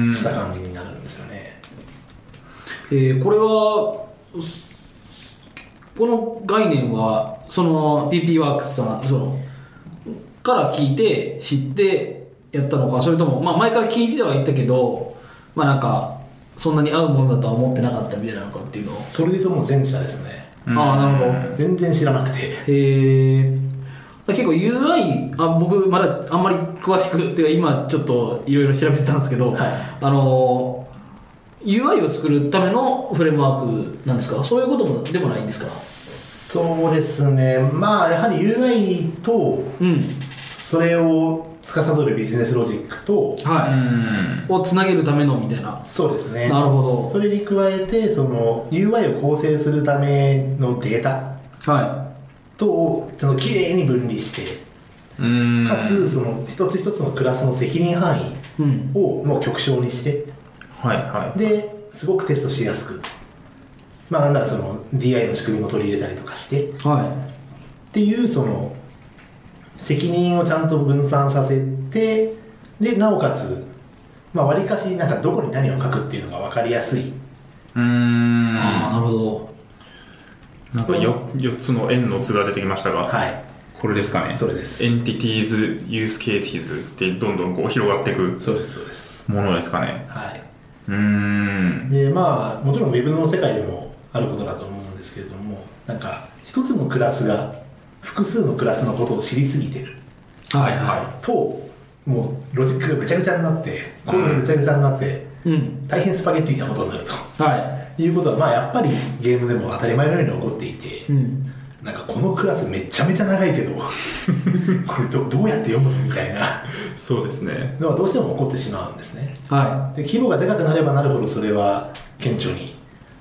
Speaker 2: ん
Speaker 3: した感じになるんですよね
Speaker 1: えーこれはすこの概念はその PP ワークスさんそのから聞いて知ってやったのかそれとも、まあ、前から聞いてはいたけどまあなんかそんなに合うものだとは思ってなかったみたいなのかっていうのを
Speaker 3: それでともう前者ですね
Speaker 2: うん
Speaker 1: ああなるほど
Speaker 3: 全然知らなくて
Speaker 1: へえ結構 UI あ僕まだあんまり詳しくっていうか今ちょっといろいろ調べてたんですけど、
Speaker 3: はい
Speaker 1: あの UI を作るためのフレームワークなんですかそういうこともでもないんですか
Speaker 3: そうですねまあやはり UI と
Speaker 1: うん
Speaker 3: それを司るビジネスロジックと
Speaker 2: う
Speaker 1: は
Speaker 2: ん
Speaker 1: い、をつなげるためのみたいな
Speaker 3: そうですね
Speaker 1: なるほ
Speaker 3: それに加えてその UI を構成するためのデータ
Speaker 1: どは
Speaker 3: とその綺麗に分離して
Speaker 2: うん
Speaker 3: かつその一つ一つのクラスの責任範囲
Speaker 1: いうん
Speaker 3: をもう極小にして
Speaker 2: はいはい
Speaker 3: ですごくテストしやすくまあなんならその DI の仕組みも取り入れたりとかしてっ
Speaker 1: は
Speaker 3: ていうその責任をちゃんと分散させてでなおかつまあ割かしなんかどこに何を書くっていうのが分かりやすい
Speaker 2: うん
Speaker 1: いああなるほど
Speaker 2: なんかよ4つの円の図が出てきましたが、
Speaker 3: はい
Speaker 2: これですかね
Speaker 3: それです
Speaker 2: エンティティーズ・ユース・ケーシーズってどんどんこう広がっていく
Speaker 3: そうですそうです
Speaker 2: ものですかね
Speaker 3: はいう
Speaker 2: ーん
Speaker 3: でまあもちろん Web の世界でもあることだと思うんですけれどもなんか一つのクラスが複数のクラスのことを知りすぎてる
Speaker 1: はいは
Speaker 3: ともうロジックがぐちゃぐちゃになってコードがぐちゃぐちゃになって
Speaker 1: いうん
Speaker 3: 大変スパゲッティなことになる
Speaker 1: は
Speaker 3: ということはまあやっぱりゲームでも当たり前のように起こってい
Speaker 1: い
Speaker 3: て
Speaker 1: うん
Speaker 3: なんかこのクラスめちゃめちゃ長いけど これどどうやって読むのみたいな
Speaker 2: そうですね
Speaker 3: のはどうしても起こってしまうんですね
Speaker 1: は
Speaker 3: で規模がでかくなればなるほどそれは顕著に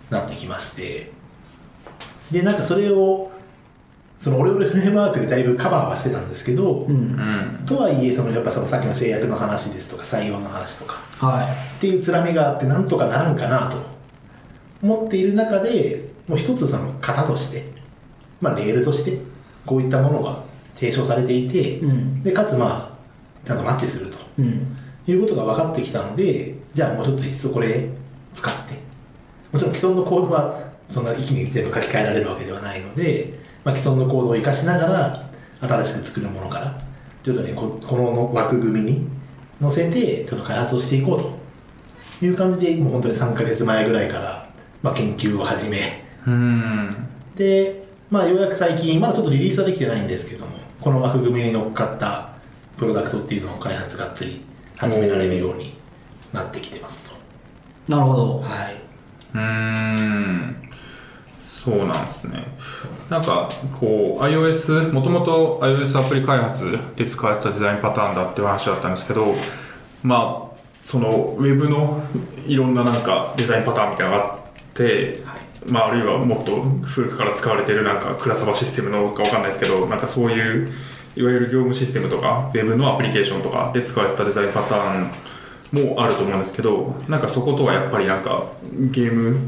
Speaker 3: なってきましてでなんかそれをそのオレオレフレームワークでだいぶカバーはしてたんですけど、
Speaker 1: いうん
Speaker 2: うん
Speaker 3: とはいえそのやっぱそのさっきの制約の話ですとか採用の話とか
Speaker 1: は
Speaker 3: っていうつらみがあってなんとかならんかなと思っている中でもう一つその型として、まあ、レールとしてこういったものが提唱されていて、
Speaker 1: うん
Speaker 3: でかつまあちゃんとマッチすると
Speaker 1: いうん
Speaker 3: いうことが分かってきたのでじゃあもうちょっと一層これ使ってもちろん既存のコードはそんな一気に全部書き換えられるわけではないので、まあ、既存のコードを生かしながら新しく作るものからちょっとねここの枠組みに乗せてちょっと開発をしていこうという感じでもう本当に3ヶ月前ぐらいから、まあ、研究を始め
Speaker 2: うん
Speaker 3: で、まあ、ようやく最近まだちょっとリリースはできてないんですけどもこの枠組みに乗っかったプロダクトっていうのを開発がっつり始められるようになってきてます
Speaker 1: なるほ
Speaker 3: と
Speaker 1: ど
Speaker 3: はいう
Speaker 2: ーんそうなんですねなんかこう iOS もともと iOS アプリ開発で使われてたデザインパターンだっていう話だったんですけどまあそのウェブのいろんななんかデザインパターンみたいなのがあって
Speaker 3: はい
Speaker 2: まあ、あるいはもっと古くから使われているなんかクラスバシステムなのかわかんないですけどなんかそういういわゆる業務システムとかウェブのアプリケーションとかで使われてたデザインパターンもあると思うんですけどなんかそことはやっぱりなんかゲーム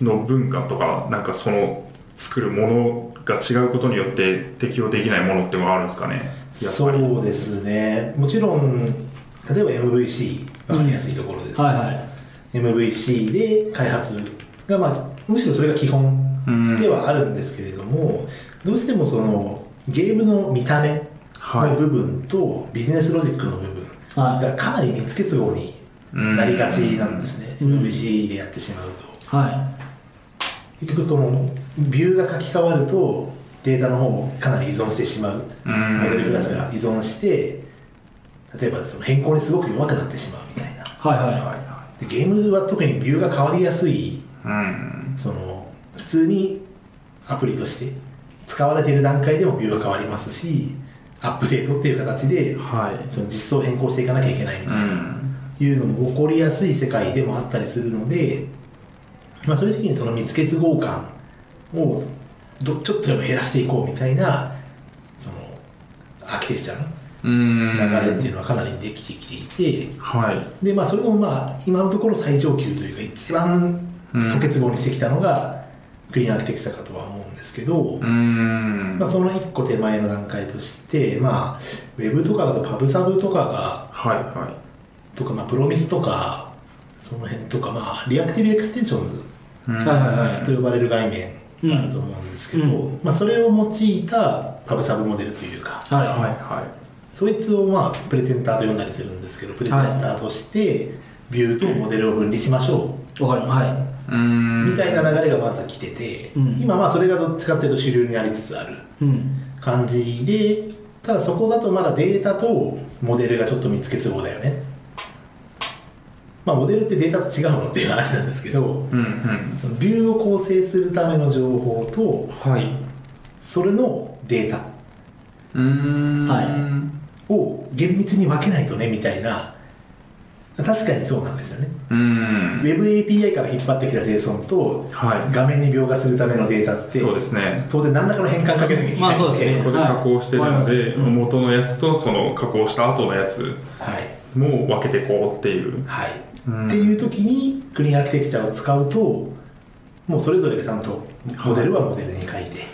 Speaker 2: の文化とかなんかその作るものが違うことによって適用できないものっていうのがあるんですかねやっぱり
Speaker 3: そうですねもちろん例えば MVC 分かりやすいところです、
Speaker 1: はいは
Speaker 3: MVC で開発が、まあ、むしろそれが基本
Speaker 2: うん
Speaker 3: ではあるんですけれども、どうしてもそのゲームの見た目
Speaker 2: はい
Speaker 3: の部分とビジネスロジックの部分
Speaker 1: はい
Speaker 3: がかなり密結合になりがちなんですね、
Speaker 1: うん
Speaker 3: MVC でやってしまうと
Speaker 1: いは
Speaker 3: 結局このビューが書き換わるとデータの方もかなり依存してしまう
Speaker 2: うん
Speaker 3: メドルクラスが依存して例えばその変更にすごく弱くなってしまうみたいない
Speaker 1: はいはい
Speaker 2: は
Speaker 3: でゲームは特にビューが変わりやすい
Speaker 2: いうん
Speaker 3: その普通にアプリとして使われている段階でもビューが変わりますしアップデートっていう形で
Speaker 2: はい
Speaker 3: その実装を変更していかなきゃいけないみた
Speaker 2: う
Speaker 3: いな、
Speaker 2: ん
Speaker 3: いうのも起こりやすい世界でもあったりするので、まあ、そういう時にその密結合感をどちょっとでも減らしていこうみたいなそのアーキテクチャの流れっていうのはかなりできてきていて
Speaker 2: はい
Speaker 3: で、まあ、それでもまあ今のところ最上級というか一番素結合にしてきたのがクリーンアーキテクチャかとは思うんですけど。
Speaker 2: うん
Speaker 3: まあ、その1個手前の段階として、まあ、ウェブとかだとパブサブとかが
Speaker 2: はいはい
Speaker 3: とか、まあ、プロミスとか、その辺とか、まあ、リアクティブエクステンションズ
Speaker 2: うん
Speaker 1: はいはいはい
Speaker 3: と呼ばれる概念があると思うんですけど、
Speaker 1: う
Speaker 3: まあ、それを用いたパブサブモデルというか、
Speaker 1: はい
Speaker 2: はい
Speaker 1: は
Speaker 2: は
Speaker 3: そいつを、まあ、プレゼンターと呼んだりするんですけど、プレゼンターとして、ビューとモデルを分離しましょ
Speaker 1: いわかりますは
Speaker 2: いうーん
Speaker 3: う、みたいな流れがまず来てて、
Speaker 1: うん
Speaker 3: 今、まあ、それがどっちかっていうと主流になりつつある
Speaker 1: いうん
Speaker 3: 感じで、ただそこだとまだデータとモデルがちょっと密結合だよね。まあ、モデルってデータと違うのっていう話なんですけど
Speaker 2: うんうん
Speaker 3: そのビューを構成するための情報と
Speaker 2: はい
Speaker 3: それのデータ
Speaker 2: うーん
Speaker 1: はい
Speaker 3: を厳密に分けないとねみたいな確かにそうなんですよね、
Speaker 2: うーん
Speaker 3: WebAPI から引っ張ってきた JSON と
Speaker 2: は
Speaker 3: 画面に描画するためのデータっ
Speaker 2: い
Speaker 3: て
Speaker 2: そうですね
Speaker 3: 当然何らかの変換かけなきゃいけないん
Speaker 1: まあそうですね
Speaker 2: ここで加工してる
Speaker 1: はいわ
Speaker 2: の
Speaker 1: かり
Speaker 2: で、
Speaker 1: ますうん
Speaker 2: 元のやつとその加工した後のやつ
Speaker 3: はい
Speaker 2: も分けてこうっていう
Speaker 3: はい、
Speaker 2: うん
Speaker 3: っていう時にクリーンアーキテクチャを使うともうそれぞれがちゃんとモデルはモデルに書いて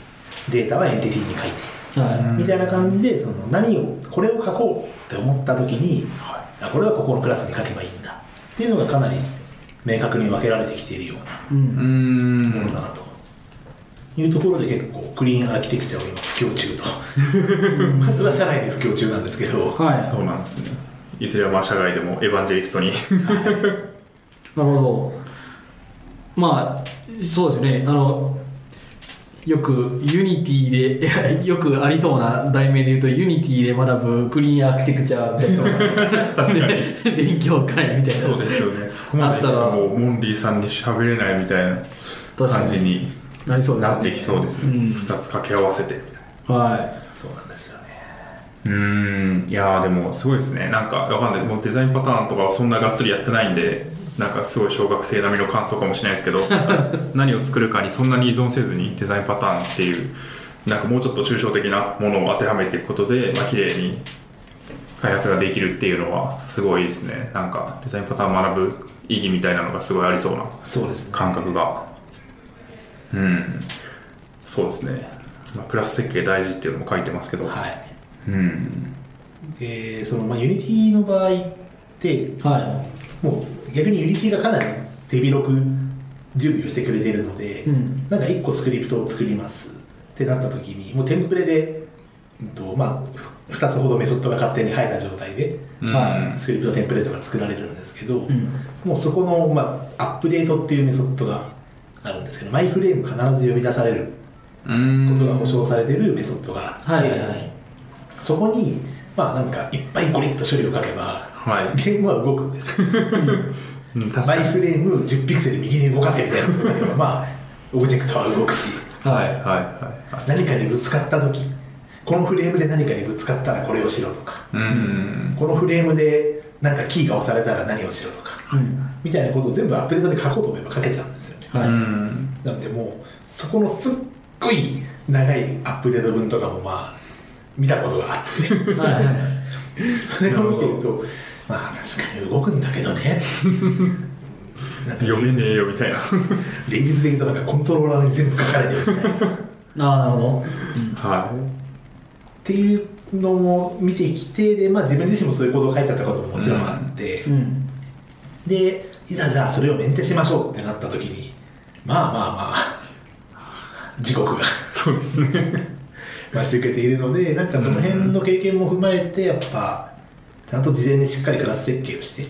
Speaker 3: データはエンティティに書いて
Speaker 1: は。
Speaker 2: うん
Speaker 3: みたいな感じでその何をこれを書こうって思った時に
Speaker 2: は
Speaker 3: あこれはここのクラスに書けばいいんだっていうのがかなり明確に分けられてきているようない
Speaker 1: う。
Speaker 2: いうんー
Speaker 3: もの
Speaker 2: ん
Speaker 3: だなと。いうところで結構クリーンアーキテクチャを今布教中とまずは社内で布教中なんですけど、
Speaker 1: は
Speaker 2: そうなんですねいずれはまあ社外でもエヴァンジェリ ストに
Speaker 1: い。なるほど。まあ、そうですね。あの、よくユニティでい や、よくありそうな題名で言うと、ユニティで学ぶクリーンアーキテクチャみたいな。
Speaker 2: 確かに
Speaker 1: 勉強会みたいな。
Speaker 2: そうですよねそこまでい
Speaker 1: あ
Speaker 2: くと
Speaker 1: ったら
Speaker 2: もうモンリーさんに喋れないみたいな
Speaker 1: 確か
Speaker 2: 感
Speaker 1: に
Speaker 2: じに
Speaker 1: なりそうですね
Speaker 2: なってきそうです
Speaker 1: う
Speaker 2: ね
Speaker 1: ん
Speaker 2: 2つ掛け合わせてみたいな
Speaker 1: は
Speaker 3: そうなんですよね。
Speaker 2: うーんいやーでもすごいですねなんかわかんないもうデザインパターンとかはそんながっつりやってないんでなんかすごい小学生並みの感想かもしれないですけど何を作るかにそんなに依存せずにデザインパターンっていうなんかもうちょっと抽象的なものを当てはめていくことで、まあ綺麗に開発ができるっていうのはすごいですねなんかデザインパターンを学ぶ意義みたいなのがすごいありそうな
Speaker 3: そうですね。
Speaker 2: 感覚がうんそうですね、まあ、プラス設計大事っていうのも書いてますけど、
Speaker 3: はい。
Speaker 2: うん
Speaker 3: でそのまあユニティの場合って
Speaker 1: い。は
Speaker 3: もう逆にユニティがかなり手広く準備をしてくれてるので、
Speaker 1: い。うん。
Speaker 3: なんか1個スクリプトを作りますってなった時にもうテンプレで、うんとまあ、2つほどメソッドが勝手に入った状態で
Speaker 1: は
Speaker 3: スクリプトテンプレートが作られるんですけど、
Speaker 1: うん。
Speaker 3: もうそこの、まあ、アップデートっていうメソッドがあるんですけどマイフレーム必ず呼び出される
Speaker 2: うん
Speaker 3: ことが保証されてるメソッドがあって、
Speaker 1: はいはいはい。
Speaker 3: そこに、まあ、なんかいっぱいゴリッと処理をかけば
Speaker 2: はい
Speaker 3: ゲームは動くんです
Speaker 2: うん確
Speaker 3: マ
Speaker 2: か
Speaker 3: イ
Speaker 2: に
Speaker 3: フレーム10ピクセル右に動かせみたいなことだけどまあオブジェクトは動くし
Speaker 2: はいはいはいはい
Speaker 3: 何かにぶつかった時このフレームで何かにぶつかったらこれをしろとか
Speaker 2: うん
Speaker 3: このフレームでなんかキーが押されたら何をしろとか
Speaker 1: うん。
Speaker 3: みたいなことを全部アップデートに書こうと思えば書けちゃうんですよね
Speaker 2: う
Speaker 1: はい。
Speaker 2: ん
Speaker 3: なんでもうそこのすっごい長いアップデート分とかもまあ見たことがあって
Speaker 1: はいはい。
Speaker 3: それを見てるとまあ確かに動くんだけど ねなんか
Speaker 2: 読めねえよみたいな
Speaker 3: レビューズで言うとなんかコントローラーに全部書かれてるみたいなっ
Speaker 1: ああ、なるほど。
Speaker 2: は
Speaker 3: ていうのも見てきてで、まあ、自分自身もそういうことを書いちゃったことももちろんあって、
Speaker 1: うん。
Speaker 3: でいざじゃあそれをメンテしましょうってなった時にまあまあまあ地獄が
Speaker 2: いそうですね
Speaker 3: 待ち受けているのでなんかその辺の経験も踏まえてやっぱちゃんと事前にしっかりクラス設計をしてっ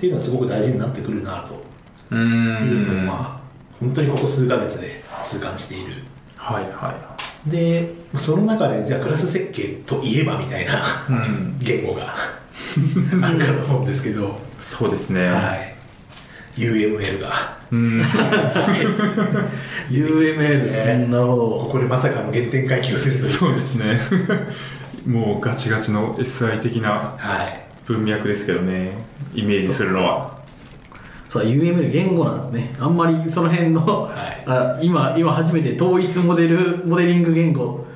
Speaker 3: ていうのはすごく大事になってくるなと
Speaker 2: う
Speaker 3: いうのを
Speaker 2: んは
Speaker 3: まあ本当にここ数ヶ月で痛感している
Speaker 2: いは
Speaker 3: でその中でじゃあクラス設計といえばみたいな
Speaker 2: いうん
Speaker 3: 言語があるかと思うんですけど、
Speaker 2: そうですね
Speaker 3: はい、UML が
Speaker 2: うん
Speaker 1: UML。うんなるほ
Speaker 3: こ
Speaker 1: ど。
Speaker 3: こでまさかの原点回帰をするという
Speaker 2: そうですねもうガチガチの SI 的な
Speaker 3: はい
Speaker 2: 文脈ですけどねイメージするのは
Speaker 1: そう、UML 言語なんですね。あんまりその辺の、
Speaker 3: はい
Speaker 1: あ今、今初めて統一モデル、モデリング言語。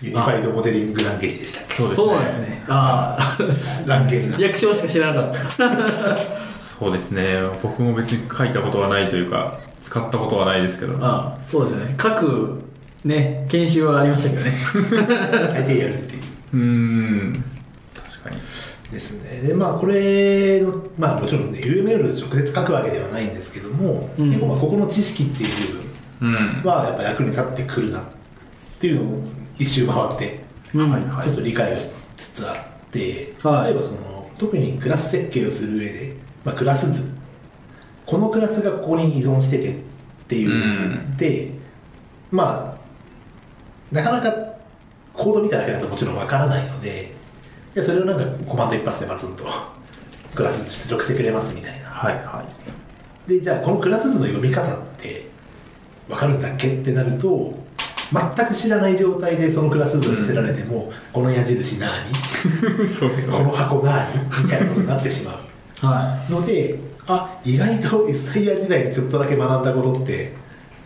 Speaker 3: ユニファイドモデリングランゲージでしたっ
Speaker 2: そうですね
Speaker 1: そうなんですね。ああ。
Speaker 3: けランゲー ジなんで
Speaker 1: 略称しか知らなかっ
Speaker 2: そうですね僕も別に書いたことはないというか使ったことはないですけど
Speaker 1: た。ああ、そうですね。各、ね、研修はありましたけどね。
Speaker 3: 大抵やるっていう
Speaker 2: うん確かに
Speaker 3: ですねでまあこれのまあもちろんね UML を直接書くわけではないんですけども、
Speaker 1: うん
Speaker 3: 結構まあここの知識っていう部分
Speaker 2: うん
Speaker 3: はやっぱ役に立ってくるなっていうのを一周回って
Speaker 1: うん
Speaker 2: はいはい
Speaker 3: ちょっと理解をしつつあって、
Speaker 1: はい
Speaker 3: 例えばその特にクラス設計をする上で、まあ、クラス図このクラスがここに依存しててっていう図って、まあなかなかコード見ただけだともちろんわからないのででそれをなんかコマンド一発でバツンとクラス図出力してくれますみたいな
Speaker 2: はいはい
Speaker 3: でじゃあこのクラス図の読み方って分かるんだっけってなると全く知らない状態でそのクラス図を見せられても、この矢印何
Speaker 2: そうです
Speaker 3: この箱何みたいなことになってしまう
Speaker 1: は
Speaker 3: のであ意外と SIR 時代にちょっとだけ学んだことって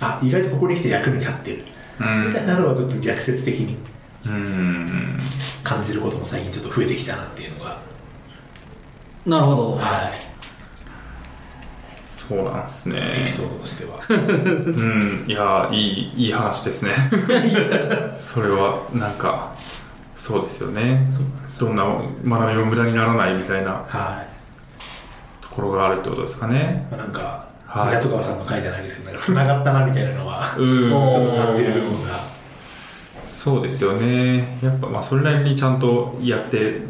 Speaker 3: あ意外とここに来て役に立ってる
Speaker 2: うん
Speaker 3: みたいなのはちょっと逆説的に
Speaker 2: うん
Speaker 3: 感じることも最近ちょっと増えてきたなっていうのが
Speaker 1: い。なるほど。
Speaker 3: は
Speaker 2: そうなんです
Speaker 3: いエ
Speaker 2: ね
Speaker 3: ピソードとして は
Speaker 2: うんいやーいいいい話ですねそれはなんかそうですよねどんな学びも無駄にならないみたいな
Speaker 3: はい
Speaker 2: ところがあるってことですかね
Speaker 3: まあなんか
Speaker 2: はい
Speaker 3: 湊川さんの回じゃないですけどなんか繋がったなみたいなのは
Speaker 2: うん
Speaker 1: おー
Speaker 3: ちょっと感じる部分が
Speaker 2: そうですよねやっぱまあそれなりにちゃんとやって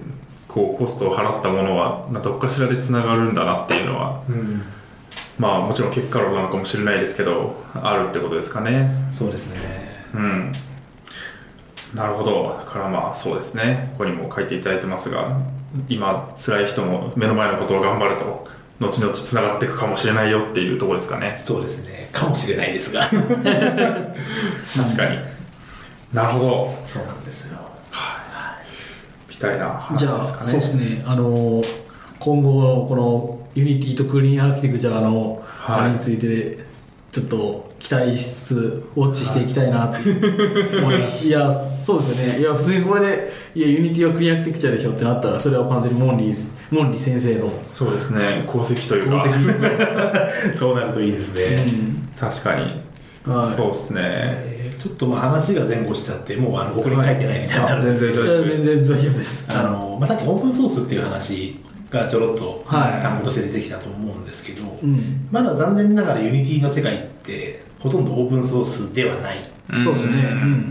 Speaker 2: こうコストを払ったものはまあどっかしらでつながるんだなっていうのは
Speaker 3: うん
Speaker 2: まあもちろん結果論なのかもしれないですけどあるってことですかね
Speaker 3: そうですね
Speaker 2: うんなるほどだからまあそうですねここにも書いていただいてますが今辛い人も目の前のことを頑張ると後々つながっていくかもしれないよっていうところですかね
Speaker 3: そうですねかもしれないですが
Speaker 2: 確かに、なるほど
Speaker 3: そうなんですよ
Speaker 2: みたいな話
Speaker 1: じ
Speaker 2: で
Speaker 1: ゃあ、
Speaker 2: すかね
Speaker 1: そうですね。あのー、今後、このユニティとクリーンアーキテクチャの、
Speaker 2: はい
Speaker 1: あれについて、ちょっと期待しつつ、ウォッチしていきたいなっていう思います。いや、そうですよね。いや、普通にこれで、いや、ユニティはクリーンアーキテクチャでしょってなったら、それは完全にモンリー、モンリー先生の、う
Speaker 2: そうですね功績というか
Speaker 3: そうなるといいですね、
Speaker 1: ん
Speaker 2: 確かに、
Speaker 1: はい
Speaker 2: そうですね
Speaker 3: えーちょっとまあ話が前後しちゃってもうあのここに書いてないみたいにな
Speaker 2: あ
Speaker 3: るんで
Speaker 2: 全
Speaker 3: すけど
Speaker 2: 然
Speaker 1: いや
Speaker 2: 大丈夫
Speaker 1: 全
Speaker 2: です
Speaker 1: 然 大丈夫です。
Speaker 3: あの、まあ、さっきオープンソースっていう話がちょろっと
Speaker 1: はい
Speaker 3: 単語として出てきたと思うんですけど、
Speaker 1: うん。
Speaker 3: まだ残念ながらユニティの世界ってほとんどオープンソースではない
Speaker 1: そうですね。う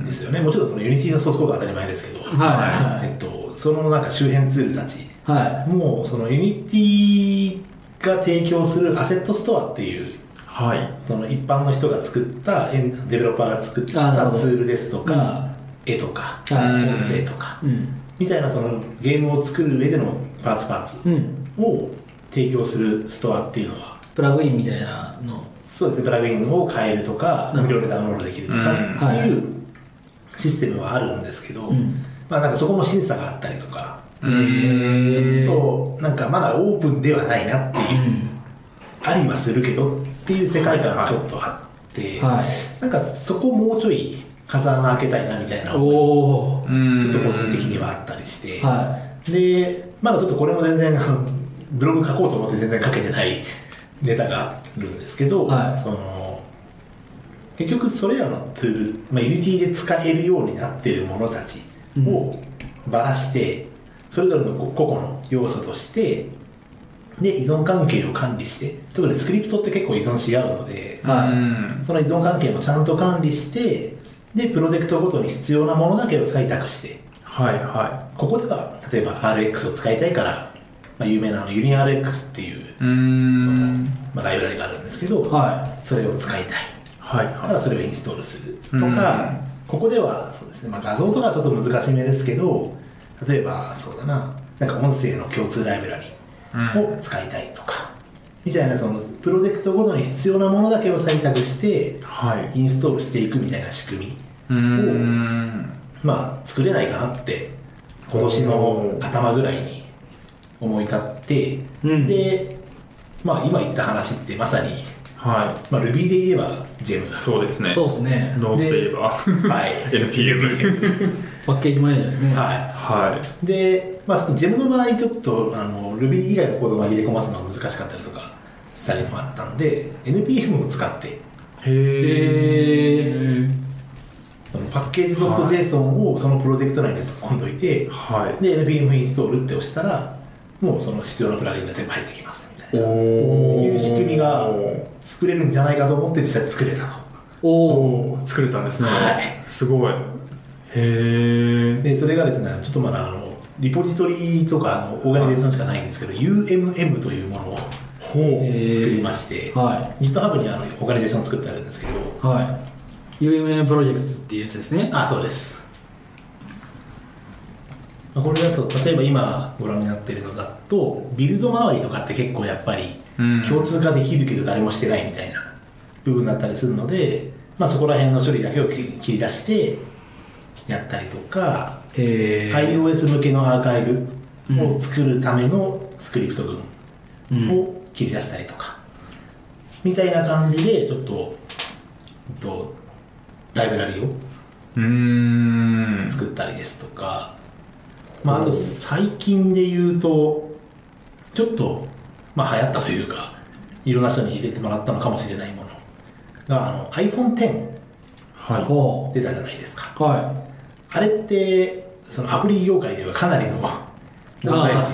Speaker 3: で
Speaker 1: ん。
Speaker 3: すよね、もちろんそのユニティのソースコードは当たり前ですけど、
Speaker 1: はい
Speaker 3: えっと、そのなんか周辺ツールたち
Speaker 1: は
Speaker 3: もうそのユニティが提供するアセットストアっていう
Speaker 2: はい
Speaker 3: その一般の人が作ったエンデベロッパーが作っ
Speaker 1: あなる
Speaker 3: た
Speaker 1: ほど
Speaker 3: ツールですとか、絵とか、
Speaker 1: い。は
Speaker 2: うん
Speaker 3: 音声とか
Speaker 1: い。うん。
Speaker 3: みたいなそのゲームを作る上でのパーツパーツ
Speaker 1: うん。
Speaker 3: を提供するストアっていうのは
Speaker 1: プラグインみたいなの。
Speaker 3: そうですねプラグインを変えるとか
Speaker 1: うん
Speaker 3: 無料でダウンロードできるとか
Speaker 2: うん
Speaker 3: っていうシステムはあるんですけど、
Speaker 1: うん
Speaker 3: まあなんかそこも審査があったりとか
Speaker 1: え
Speaker 3: となんかまだオープンではないなっていう、ありはするけどっていう世界観がちょっとあって、
Speaker 1: はい。
Speaker 3: なんかそこもうちょい風穴開けたいなみたいな
Speaker 1: お
Speaker 3: 思
Speaker 1: お。
Speaker 3: い
Speaker 2: うん
Speaker 3: ちょっと個人的にはあったりして、
Speaker 1: は
Speaker 3: でまだちょっとこれも全然あのブログ書こうと思って全然書けてないネタがあるんですけど、
Speaker 1: はい
Speaker 3: その結局それらのツール、まあ、Unity で使えるようになっているものたちをばらして、それぞれのこう個々の要素としてで依存関係を管理して特にスクリプトって結構依存し合うので
Speaker 1: い。は
Speaker 2: う
Speaker 1: い。
Speaker 2: ん
Speaker 3: その依存関係もちゃんと管理してでプロジェクトごとに必要なものだけを採択して
Speaker 2: はいは
Speaker 3: ここでは例えば RX を使いたいから、まあ、有名なあの UniRX っていう、
Speaker 2: いうーん
Speaker 3: まあ、ライブラリがあるんですけど、
Speaker 1: は
Speaker 3: それを使いたい
Speaker 2: はい
Speaker 3: だか
Speaker 2: は
Speaker 3: らそれをインストールすると
Speaker 2: うん
Speaker 3: か、ここではそうですね、まあ、画像とかはちょっと難しめですけど例えばそうだななんか音声の共通ライブラリを使いたいとか、みたいなそのプロジェクトごとに必要なものだけを採択して
Speaker 2: いはい
Speaker 3: インストールしていくみたいな仕組み
Speaker 2: うーん
Speaker 3: まあ作れないかなって今年の頭ぐらいに思い立って、
Speaker 1: うん
Speaker 3: でまあ今言った話ってまさに、
Speaker 2: は
Speaker 3: まあ、Ruby で言えば GEM
Speaker 2: い そうです
Speaker 1: い。
Speaker 2: ね
Speaker 1: そうですね。
Speaker 2: ノートで言えば
Speaker 3: はい
Speaker 2: NPM
Speaker 1: パッケージマネージャーですね。
Speaker 3: は
Speaker 2: はい
Speaker 3: で、まあ、ちょっと GEM の場合ちょっとあの Ruby 以外のコードを紛れ込ますのが難しかったりとかしたりもあったんで NPM を使って
Speaker 2: いへえ
Speaker 3: そのパッケージ .json をそのプロジェクト内に突っ込んどいて、
Speaker 2: はい
Speaker 3: で NPM インストールって押したらもうその必要なプラグインが全部入ってきますみたいな
Speaker 2: お
Speaker 3: いう仕組みが
Speaker 2: お
Speaker 3: 作れるんじゃないかと思って実際作れた
Speaker 1: おお。
Speaker 2: おー作れたんですね
Speaker 3: はい
Speaker 2: すごいへ
Speaker 3: と
Speaker 2: え
Speaker 3: でそれがですねちょっとまだあのリポジトリとかあのオーガニゼーションしかないんですけど UMM というものを
Speaker 2: ほう
Speaker 1: えー
Speaker 3: 作りまして、
Speaker 1: は
Speaker 3: GitHub にあのオーガニゼーション作ってあるんですけど
Speaker 1: い。はい。UMN プロジェクトっていうやつですね。
Speaker 3: あそうですまあこれだと例えば今ご覧になってるのだとビルド周りとかって結構やっぱり
Speaker 2: うん
Speaker 3: 共通化できるけど誰もしてないみたいな部分だったりするので、まあ、そこら辺の処理だけを切り切り出してやったりとか、
Speaker 1: えー
Speaker 3: iOS 向けのアーカイブを作るためのスクリプト
Speaker 1: うん
Speaker 3: 群を切り出したりとか、みたいな感じでちょっと、えっと、ライブラリを
Speaker 2: うーん
Speaker 3: 作ったりですとか、まあ、あと最近で言うとちょっと、まあ、流行ったというかいろんな人に入れてもらったのかもしれないものがあの iPhone10
Speaker 2: はい
Speaker 1: ほ
Speaker 3: 出たじゃないですか
Speaker 1: うは
Speaker 3: あれってそのアプリ業界ではかなりの問題なん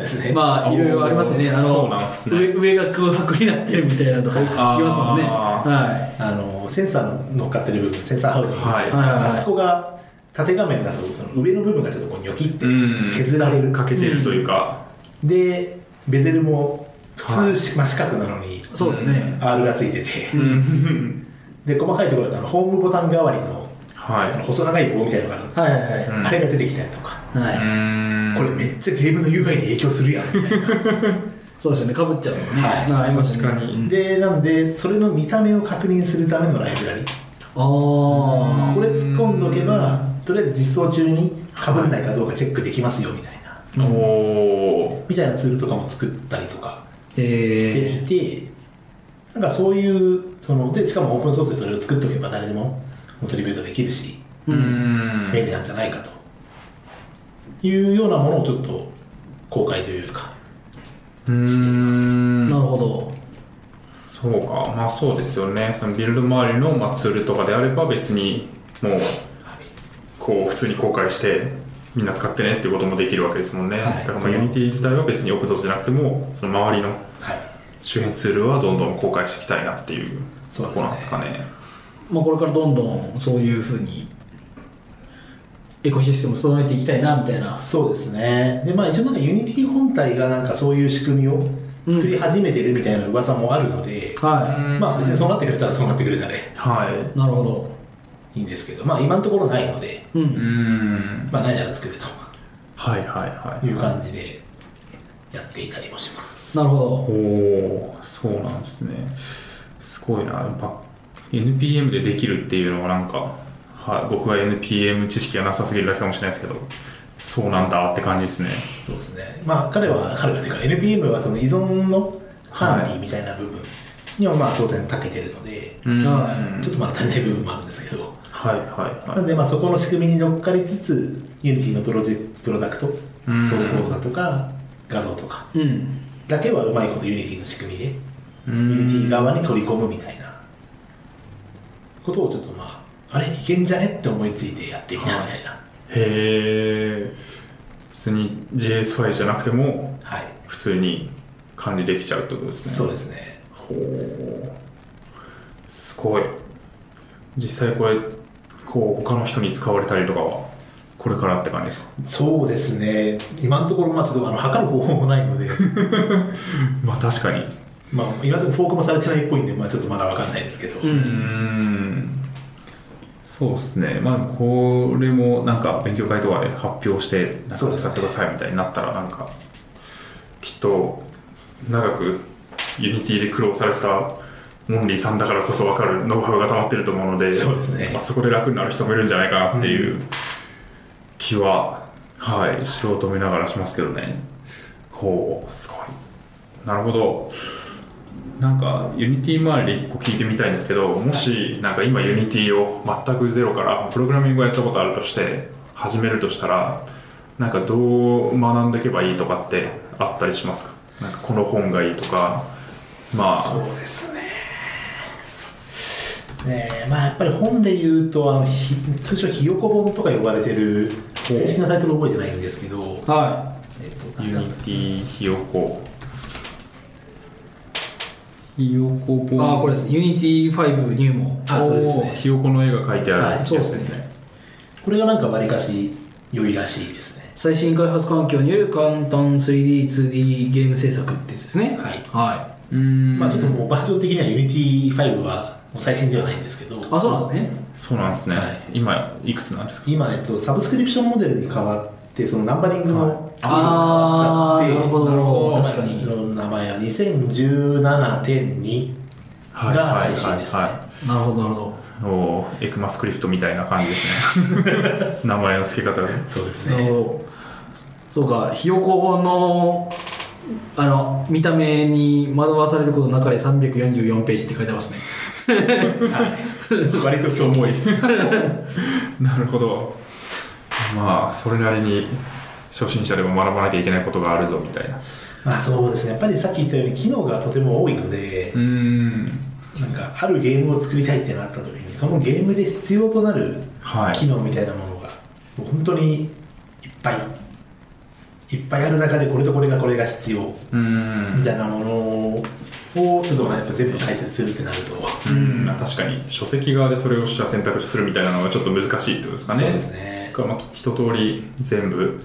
Speaker 3: ですね
Speaker 1: い まあいろいろありますよねあ
Speaker 2: そうなんす
Speaker 1: の
Speaker 2: ね
Speaker 1: 上上が空白になってるみたいなとか聞きますもんね
Speaker 2: あー
Speaker 1: は
Speaker 3: あのセンサーの乗っかってる部分センサーハウスの
Speaker 2: はい
Speaker 1: はいはい
Speaker 3: あそこが縦画面だとその上の部分がちょっとこうニョキって
Speaker 2: うん
Speaker 3: 削られる
Speaker 2: かけているというか、
Speaker 3: でベゼルも
Speaker 2: は
Speaker 3: 普
Speaker 2: い
Speaker 3: 通し、真四角なのに
Speaker 1: いそうですね
Speaker 3: R がついてて、
Speaker 2: うん
Speaker 3: で細かいところだとあのホームボタン代わりの
Speaker 2: は
Speaker 3: あ
Speaker 2: い
Speaker 3: の細長い棒みたいなのがあるんですよ、
Speaker 1: はいはい
Speaker 2: うん
Speaker 3: あれが出てきたりとか、
Speaker 1: はい、はい、
Speaker 2: うん
Speaker 3: これめっちゃゲームの UI に影響するやんみたいな
Speaker 1: そうですよねかぶっちゃうとかね、
Speaker 3: はい
Speaker 1: あります
Speaker 2: 確
Speaker 1: ね
Speaker 2: かに
Speaker 3: でなんでそれの見た目を確認するためのライブラリ
Speaker 1: ああ
Speaker 3: これ突っ込んどけばとりあえず実装中にかぶんないかどうかチェックできますよみたいな、
Speaker 2: おお
Speaker 3: みたいなツールとかも作ったりとかして
Speaker 1: え
Speaker 3: いて、なんかそういうそのでしかもオープンソースでそれを作っとけば誰でもコントリビュートできるし
Speaker 1: ー
Speaker 2: う
Speaker 1: うん、
Speaker 2: ん
Speaker 3: 便利なんじゃないかというようなものをちょっと公開というか
Speaker 2: うん
Speaker 1: なるほど
Speaker 2: そうかまあそうですよねそのビルド周りの、まあ、ツールとかであれば別にもうこう普通に公開してみんな使ってねっていうこともできるわけですもんね、
Speaker 3: はい
Speaker 2: だからま
Speaker 3: そ
Speaker 2: あ
Speaker 3: う
Speaker 2: ユニティ自体は別にオープンソースじゃなくてもその周りの
Speaker 3: はい
Speaker 2: 周辺ツールはどんどん公開していきたいなっていうと
Speaker 3: そうですね
Speaker 2: ころなんですかね
Speaker 1: まあ、これからどんどんそういうふうにエコシステムを整えていきたいなみたいな
Speaker 3: そうですねでまあ一応なんかユニティ本体がなんかそういう仕組みを作り始めてるみたいな噂もあるので、
Speaker 1: は
Speaker 3: まあ別にそうなってくれたらそうなってくれたらい
Speaker 2: はい
Speaker 1: なるほど
Speaker 3: いんですけどまあ今のところないので
Speaker 1: う
Speaker 2: いうんん
Speaker 3: まあないなら作る
Speaker 2: はいはいは
Speaker 3: という感じでやっていたりもします
Speaker 1: なるほ
Speaker 2: おおそうなんですねすごいなやっぱ NPM でできるっていうのはなんか、はい、僕は NPM 知識がなさすぎるだけかもしれないですけどそうなんだって感じですね
Speaker 3: そうですねまあ彼は彼はというか NPM はその依存の管理みたいな部分にはまあ当然長けてるので、
Speaker 2: うん
Speaker 1: は
Speaker 3: ちょっとまだ足りない部分もあるんですけど
Speaker 2: はいはい
Speaker 3: な
Speaker 2: は
Speaker 3: んでまあそこの仕組みに乗っかりつつ Unity のプロジェプロダクトソ
Speaker 2: うん
Speaker 3: ースコードだとか画像とか
Speaker 1: どうん
Speaker 3: だけはうまいこと Unity の仕組みで
Speaker 2: いうん
Speaker 3: Unity 側に取り込むみたいなことをちょっとまああれいけんじゃねって思いついてやってみたみたいな
Speaker 2: へえ別に JS ファイルじゃなくても
Speaker 3: はい、
Speaker 2: 普通に管理できちゃうってことですね
Speaker 3: そうですね
Speaker 2: ほうすごい実際これこう他の人に使われたりとかはこれからって感じですか
Speaker 3: そうですね今のところまあちょっとあの測る方法もないので
Speaker 2: まあ確かに
Speaker 3: まあ今のところフォークもされてないっぽいんでまあちょっとまだわかんないですけど、
Speaker 1: う
Speaker 2: うんんそうですねまあこれもなんか勉強会とかで発表してなん
Speaker 3: そう
Speaker 2: か
Speaker 3: で
Speaker 2: 使
Speaker 3: すね
Speaker 2: ってくださいみたいになったらなんかきっと長くユニティで苦労されてたモンリーさんだからこそ分かるノウハウが溜まってると思うので
Speaker 3: そうですね
Speaker 2: まあ、そこで楽になる人もいるんじゃないかなっていう気は、はい素人見ながらしますけどねほうすごいなるほどなんかユニティ周りで1個聞いてみたいんですけどもしなんか今ユニティを全くゼロからプログラミングをやったことあるとして始めるとしたらなんかどう学んでいけばいいとかってあったりしますかなんかこの本がいいとかま
Speaker 3: そう
Speaker 2: あ
Speaker 3: ですねねえまあやっぱり本で言うとあのひ通称ひよこ本とか呼ばれてる
Speaker 2: ほう
Speaker 3: 正式なタイトル覚えてないんですけど、
Speaker 1: は
Speaker 3: えっと、
Speaker 2: ユニティひよこひよこ
Speaker 1: い
Speaker 2: 本
Speaker 1: ああこれです Unity5 入門
Speaker 3: あそうですね
Speaker 2: ひよこの絵が書いてある、
Speaker 3: はい
Speaker 1: そうですね
Speaker 3: これがなんかわりかし良いらしいですね
Speaker 1: 最新開発環境による簡単 3D2D ゲーム制作ってやつですね
Speaker 3: はい
Speaker 1: は
Speaker 2: うーん
Speaker 3: まあちょっともうバージョン的には Unity5 はもう最新ではないんですけど
Speaker 1: いあそうなんですね
Speaker 2: そうなんですね、
Speaker 3: はい
Speaker 2: 今いくつなんですか
Speaker 3: 今、えっと、サブスクリプションモデルに変わっってそのナンバリングの
Speaker 1: あー、なるほ
Speaker 2: なるほ
Speaker 1: ど。
Speaker 2: ど
Speaker 1: 確かに。
Speaker 3: の名前は2017.2が最新ですね
Speaker 2: はいはいはい
Speaker 1: なるほど、なるほ
Speaker 2: おーエクマスクリプトみたいな感じです ね名前の付け方が
Speaker 3: そうです
Speaker 1: ど。なる
Speaker 3: ね
Speaker 1: ほど。そうか、ひよこの、あの、見た目に惑わされることなかれ344ページって書いてますね。
Speaker 3: はい割と今日重いです
Speaker 2: なるほどまあそれなりに初心者でも学ばなきゃいけないことがあるぞみたいな
Speaker 3: まあそうですねやっぱりさっき言ったように機能がとても多いので
Speaker 2: うーん
Speaker 3: なんかあるゲームを作りたいってなった時にそのゲームで必要となる
Speaker 2: はい
Speaker 3: 機能みたいなものがもう本当にいっぱいいっぱいある中でこれとこれがこれが必要
Speaker 2: うーん
Speaker 3: みたいなものを須藤の人全部解説するってなると
Speaker 2: うん確かに書籍側でそれを取捨選択するみたいなのがちょっと難しいってことですかね
Speaker 3: そうですね
Speaker 2: まあ、一通り全部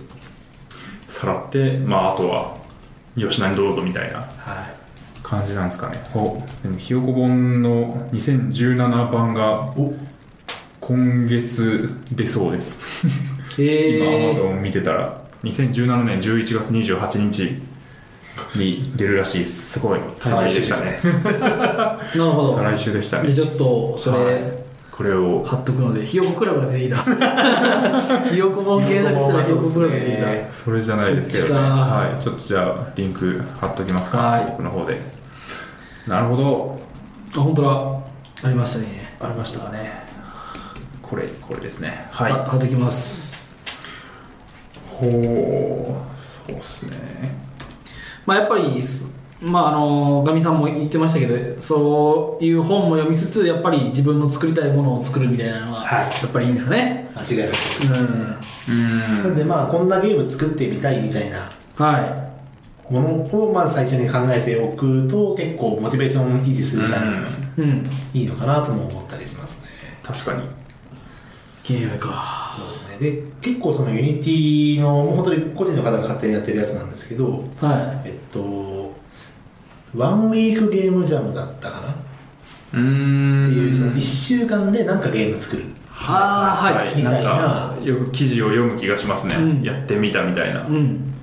Speaker 2: さらってまああとは吉田にどうぞみたいな
Speaker 3: はい
Speaker 2: 感じなんですかねおでもひよこ本の2017版が
Speaker 3: お
Speaker 2: 今月出そうです今
Speaker 1: え
Speaker 2: Amazon 見てたら2017年11月28日に出るらしいですすごい
Speaker 3: 再来週ですね
Speaker 2: 再
Speaker 1: ー、なるほど。
Speaker 2: 来週でした
Speaker 1: で
Speaker 2: ね
Speaker 1: ちょっとそれ
Speaker 2: はいこれを
Speaker 1: 貼っとくので、ひよこクラブが出てきた ひよこ本検索したらひよこクラブが出てきた
Speaker 2: それじゃないですけ
Speaker 1: そ
Speaker 2: ど、
Speaker 1: っ
Speaker 2: ね、
Speaker 1: ちか
Speaker 2: はい、ちょっとじゃあリンク貼っときますか、
Speaker 1: はい
Speaker 2: 僕の方でなるほど
Speaker 1: あ本当だありましたね
Speaker 2: ありましたねこれこれですね
Speaker 1: あ貼っときます
Speaker 2: ほうそうっすね
Speaker 1: まあやっぱりすまああのガミさんも言ってましたけどそういう本も読みつつやっぱり自分の作りたいものを作るみたいなのは
Speaker 3: はい
Speaker 1: やっぱりいいんですかね、
Speaker 3: 間違いなくそうで
Speaker 1: う
Speaker 3: す
Speaker 1: ん
Speaker 2: うーん
Speaker 3: なのでまあこんなゲーム作ってみたいみたいな
Speaker 1: は
Speaker 3: ものをまず最初に考えておくと結構モチベーション維持するためにも
Speaker 1: いうん
Speaker 3: いいのかなとも思ったりしますね
Speaker 2: 確かに
Speaker 1: ゲームか
Speaker 3: そうですねで結構そのユニティのもう本当に個人の方が勝手にやってるやつなんですけど
Speaker 1: は
Speaker 3: えっとワンウィークゲームジャムだったかなっ
Speaker 2: うーん
Speaker 3: ていうその1週間でなんかゲーム作る
Speaker 1: いはーはい、
Speaker 2: はい、なんか
Speaker 3: みたい
Speaker 2: よく記事を読む気がしますね、
Speaker 1: うん
Speaker 2: やってみたみたいな、
Speaker 1: うん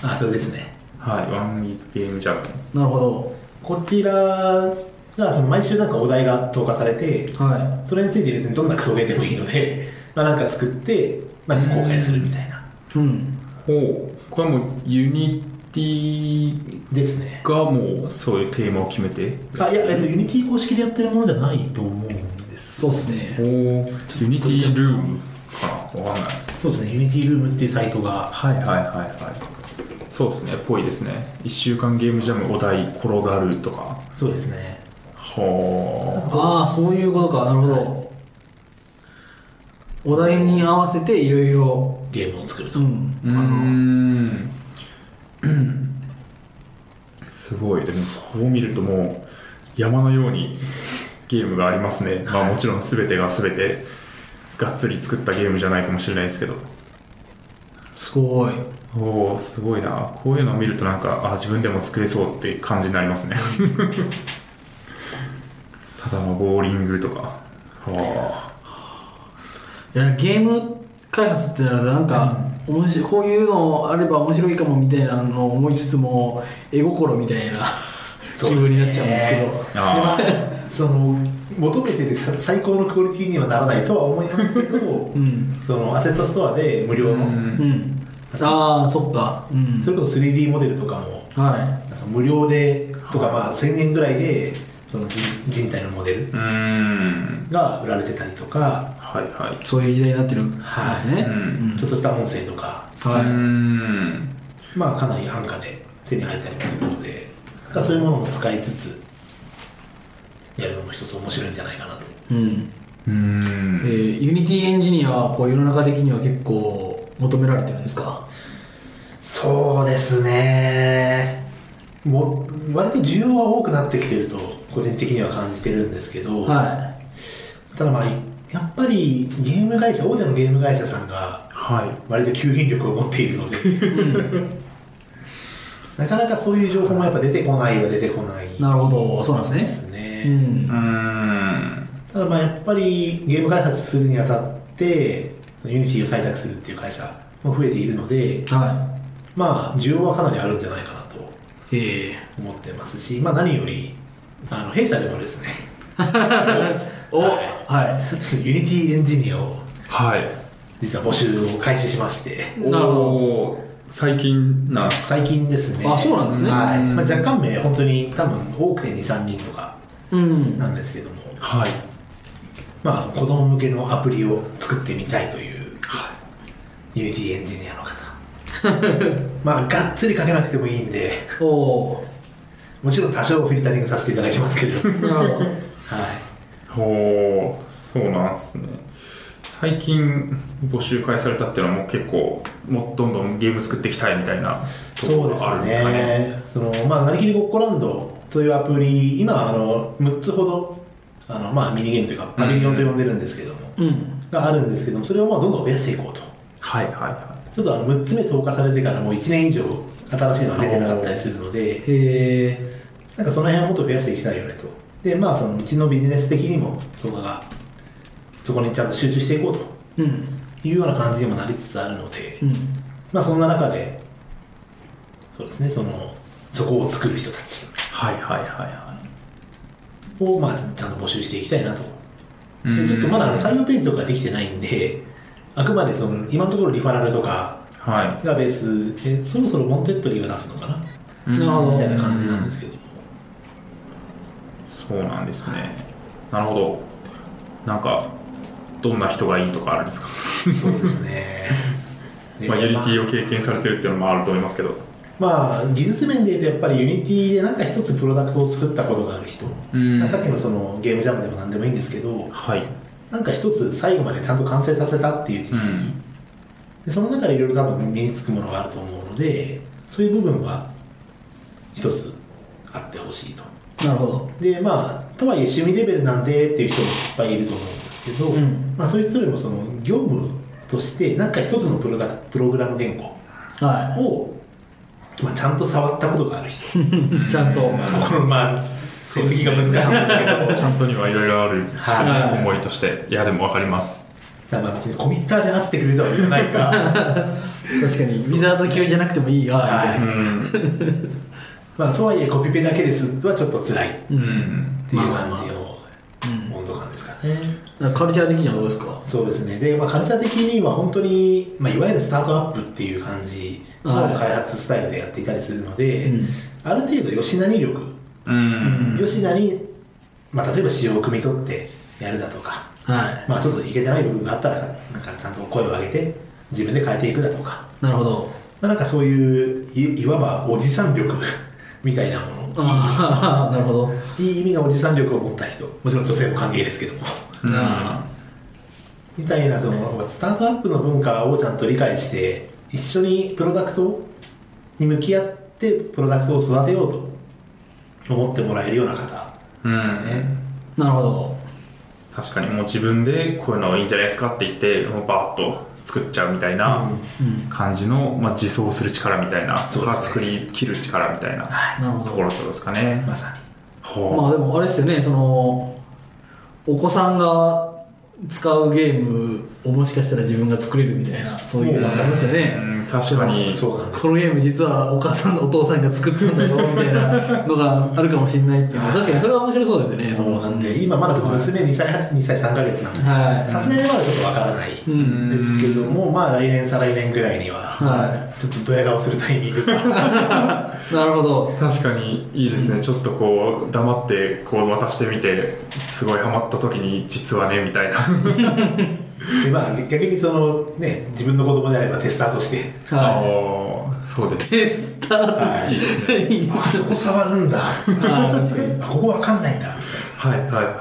Speaker 3: あそれですね
Speaker 2: はいワンウィークゲームジャム
Speaker 1: なるほ
Speaker 3: こちらがその毎週なんかお題が投下されて
Speaker 1: どは
Speaker 3: それについて別にどんなクソゲーでもいいので、 まあ、なんか作ってなんか公開するみたいない
Speaker 1: うん
Speaker 2: ほうこれはもうユニティ
Speaker 3: ですね
Speaker 2: がもうそういうテーマを決めて
Speaker 3: あいや、えっと、ユニティ公式でやってるものじゃないと思うんです
Speaker 1: そうっすね
Speaker 2: おユニティルームかなわかんない
Speaker 3: そうですねユニティルームっていうサイトが
Speaker 2: はいはいはいはいそうですねっぽいですね1週間ゲームジャムお題転がるとか
Speaker 3: そうですね
Speaker 2: は
Speaker 1: ああそういうことかなるほどお題に合わせていろいろ
Speaker 3: ゲームを作ると
Speaker 1: うんあ
Speaker 2: あ
Speaker 1: の
Speaker 2: んすごいでもそう見るともう山のようにゲームがありますねまあもちろん全てが全てがっつり作ったゲームじゃないかもしれないですけど
Speaker 1: すごい
Speaker 2: おおすごいなこういうのを見るとなんかあ自分でも作れそうって感じになります ねただのボーリングとかはあ
Speaker 1: いやゲーム開発ってなるとなんか、面白いこういうのあれば面白いかもみたいなのを思いつつも絵心みたいな
Speaker 3: そう
Speaker 1: 気分になっちゃうんですけど
Speaker 3: ですねでま
Speaker 2: あ
Speaker 3: あその求めてる最高のクオリティにはならないとは思いますけど
Speaker 1: うん
Speaker 3: そのアセットストアで無料の、
Speaker 2: う
Speaker 1: う
Speaker 2: ん
Speaker 1: んああそっかうん
Speaker 3: それこそ 3D モデルとかも
Speaker 1: は
Speaker 3: なんか無料でとかまあ1000円ぐらいでその人人体のモデル
Speaker 2: うーん
Speaker 3: が売られてたりとか
Speaker 2: はいはい
Speaker 1: いそういう時代になってるんですね、
Speaker 2: はいうん
Speaker 1: うん
Speaker 3: ちょっとした音声とか
Speaker 1: はいう
Speaker 2: ーん
Speaker 3: まあかなり安価で手に入ったりもするのでなんかそういうものも使いつつやるのも一つ面白いんじゃないかなと
Speaker 1: うん
Speaker 2: うー
Speaker 1: え
Speaker 2: ん
Speaker 1: ー、ユニティエンジニアはこう世の中的には結構求められてるんですか
Speaker 3: そうですねもう割と需要は多くなってきてると個人的には感じてるんですけど、
Speaker 1: は
Speaker 3: ただまあやっぱりゲーム会社大手のゲーム会社さんが
Speaker 2: はい
Speaker 3: 割と吸引力を持っているのでなかなかそういう情報もやっぱ出てこないは出てこない
Speaker 1: い。なるほど、そうなんで
Speaker 3: です
Speaker 1: ね。
Speaker 3: すね、
Speaker 1: うん
Speaker 2: う ー。ん
Speaker 3: ただまあやっぱりゲーム開発するにあたってユニティを採択するっていう会社まあ増えているので、
Speaker 1: は
Speaker 3: まあ、需要はかなりあるんじゃないかなと
Speaker 1: い。ええ
Speaker 3: 思ってますし、まあ、何よりあの弊社でもですね
Speaker 1: お、
Speaker 3: はい
Speaker 1: は
Speaker 3: ユニティエンジニアを
Speaker 2: はい
Speaker 3: 実は募集を開始しまして
Speaker 1: なるほど
Speaker 2: おー最近な
Speaker 3: 最近ですね
Speaker 1: あそうなんですね
Speaker 3: はい
Speaker 2: うん
Speaker 3: まあ、若干名本当に多分多くて23人とか
Speaker 1: い。うん。
Speaker 3: なんですけども、
Speaker 2: はい
Speaker 3: まあ、子供向けのアプリを作ってみたいという、ユニティエンジニアの方 まあがっつりかけなくてもいいんで
Speaker 1: おお
Speaker 3: もちろん多少フィルタリングさせていただきますけ どはい
Speaker 1: ー。なるほど。
Speaker 2: おーそうなんですね最近募集会されたっていうのはもう結構もうどんどんゲーム作っていきたいみたいなとこ
Speaker 3: そ
Speaker 2: ろ
Speaker 3: うです
Speaker 2: があるんですかね
Speaker 3: ねそのまあなりきりごっこランドというアプリ今あの6つほどあの、まあ、ミニゲームというかパビリオンと呼んでるんですけども、
Speaker 1: うん。
Speaker 3: があるんですけどもそれをまあどんどん増やしていこうと
Speaker 2: はいはいは
Speaker 3: ちょっとあの6つ目投下されてからもう1年以上新しいのは出てなかったりするので
Speaker 1: へえ。
Speaker 3: なんかその辺をもっと増やしていきたいよねと。で、まあそのうちのビジネス的にも、そこが、そこにちゃんと集中していこうと
Speaker 1: うん。
Speaker 3: いうような感じにもなりつつあるので
Speaker 1: う、ん。
Speaker 3: まあそんな中で、そうですね、その、そこを作る人たち
Speaker 2: いはいはいはいは
Speaker 3: を、まあちゃんと募集していきたいなと。
Speaker 2: いうん
Speaker 3: でちょっとまだあの採用ページとかできてないんで、あくまでその、今のところリファラルとか
Speaker 2: は
Speaker 3: がベースで、そろそろモンテッドリーが出すのかない
Speaker 2: うん
Speaker 1: なるほど
Speaker 3: みたいな感じなんですけども。
Speaker 2: そうなんですねなるほどなんかどんな人がいいとかあるんですか、。
Speaker 3: そうですね
Speaker 2: まあ、
Speaker 3: で
Speaker 2: ユニティを経験されてるっていうのもあると思いますけど
Speaker 3: まあ、技術面で言うとやっぱりユニティで何か一つプロダクトを作ったことがある人、
Speaker 2: うん
Speaker 3: さっきのそのゲームジャムでも何でもいいんですけど
Speaker 2: はい
Speaker 3: なんか一つ最後までちゃんと完成させたっていう実績、
Speaker 2: うん
Speaker 3: でその中でいろいろ多分身につくものがあると思うのでそういう部分は一つあってほしいと
Speaker 1: なるほど。
Speaker 3: でまあとはいえ趣味レベルなんでっていう人もいっぱいいると思うんですけど、
Speaker 1: うん
Speaker 3: まあ、そういう人よりもその業務として何か一つのプロダクトプログラム言語
Speaker 1: は
Speaker 3: を、まあ、ちゃんと触ったことがある人
Speaker 1: い。ちゃんと。
Speaker 3: このまあ線引きが難しいんですけど
Speaker 2: ちゃんとにはいろいろある
Speaker 3: はい
Speaker 2: 思いとしていやでも分かります
Speaker 3: だから別にコミッターで会ってくれとは言わないか
Speaker 1: 確かに、ウィザード級じゃなくてもいいよ、みたいな。
Speaker 2: う
Speaker 3: まあとはいえコピペだけですはちょっと辛いって
Speaker 1: うん。
Speaker 2: うんん
Speaker 3: いう感じの
Speaker 1: うん
Speaker 3: 温度感ですかね、
Speaker 1: なんかカルチャー的にはどうですか
Speaker 3: そうですねで、まあ、カルチャー的には本当に、まあ、いわゆるスタートアップっていう感じの
Speaker 1: はい
Speaker 3: 開発スタイルでやっていたりするので、
Speaker 1: うん
Speaker 3: ある程度よしなに力
Speaker 2: うん
Speaker 3: よしなに、まあ、例えば仕様を汲み取ってやるだとか
Speaker 1: はい。
Speaker 3: まあ、ちょっといけてない部分があったら、なんかちゃんと声を上げて、自分で変えていくだとか、
Speaker 1: なるほど。
Speaker 3: まあ、なんかそういうい、いわばおじさん力 みたいなもの、
Speaker 1: ああ、なるほど。
Speaker 3: いいいい意味のおじさん力を持った人、もちろん女性も歓迎ですけども、
Speaker 2: うん
Speaker 1: あ
Speaker 3: みたいなその、スタートアップの文化をちゃんと理解して、一緒にプロダクトに向き合って、プロダクトを育てようと思ってもらえるような方ですかね。
Speaker 1: なるほど。
Speaker 2: 確かにもう自分でこういうのいいんじゃないですかって言ってもうバーッと作っちゃうみたいな
Speaker 1: うん。
Speaker 2: 感じの、まあ、自走する力みたいな
Speaker 3: そ
Speaker 2: と
Speaker 3: うです
Speaker 2: か
Speaker 3: ね
Speaker 2: 作り切る力みたいな
Speaker 3: はい、
Speaker 1: なる
Speaker 2: と
Speaker 1: ほ
Speaker 2: こ
Speaker 1: ど。
Speaker 2: ろってことですかね
Speaker 3: まさに。
Speaker 2: ほう、
Speaker 1: まあでもあれですよね、その、お子さんが使うゲームをもしかしたら自分が作れるみたいな、そういうのがありますよね。
Speaker 2: うん確かに
Speaker 3: そうなんです。
Speaker 1: このゲーム実はお母さんのお父さんが作ったんだよみたいなのがあるかもしれないっていうのは確かにそれは面白そうですよねそ
Speaker 3: そう
Speaker 1: の
Speaker 3: なんで、今まだちょっと娘2歳 ,2 歳3ヶ月なんで、
Speaker 1: はい
Speaker 3: さすがにまだちょっとわからない
Speaker 1: うん
Speaker 3: んですけども、まあ来年、再来年ぐらいには、
Speaker 1: は
Speaker 3: ちょっとドヤ顔するタイミング が
Speaker 1: なるほど
Speaker 2: 確かにいいですね、ちょっとこう黙ってこう渡してみてすごいハマった時に実はねみたいな
Speaker 3: で、まあ、逆にその、ね、自分の子供であればテスターとして、
Speaker 2: あ
Speaker 1: は
Speaker 2: ーそうで
Speaker 1: い
Speaker 2: す
Speaker 1: テスター
Speaker 3: は
Speaker 2: ねいい
Speaker 3: い、
Speaker 2: ですね
Speaker 1: ズいい
Speaker 3: あそこ触る んだ、
Speaker 1: はい確かに
Speaker 3: あここわかんないんだ、
Speaker 2: はいはいはいはい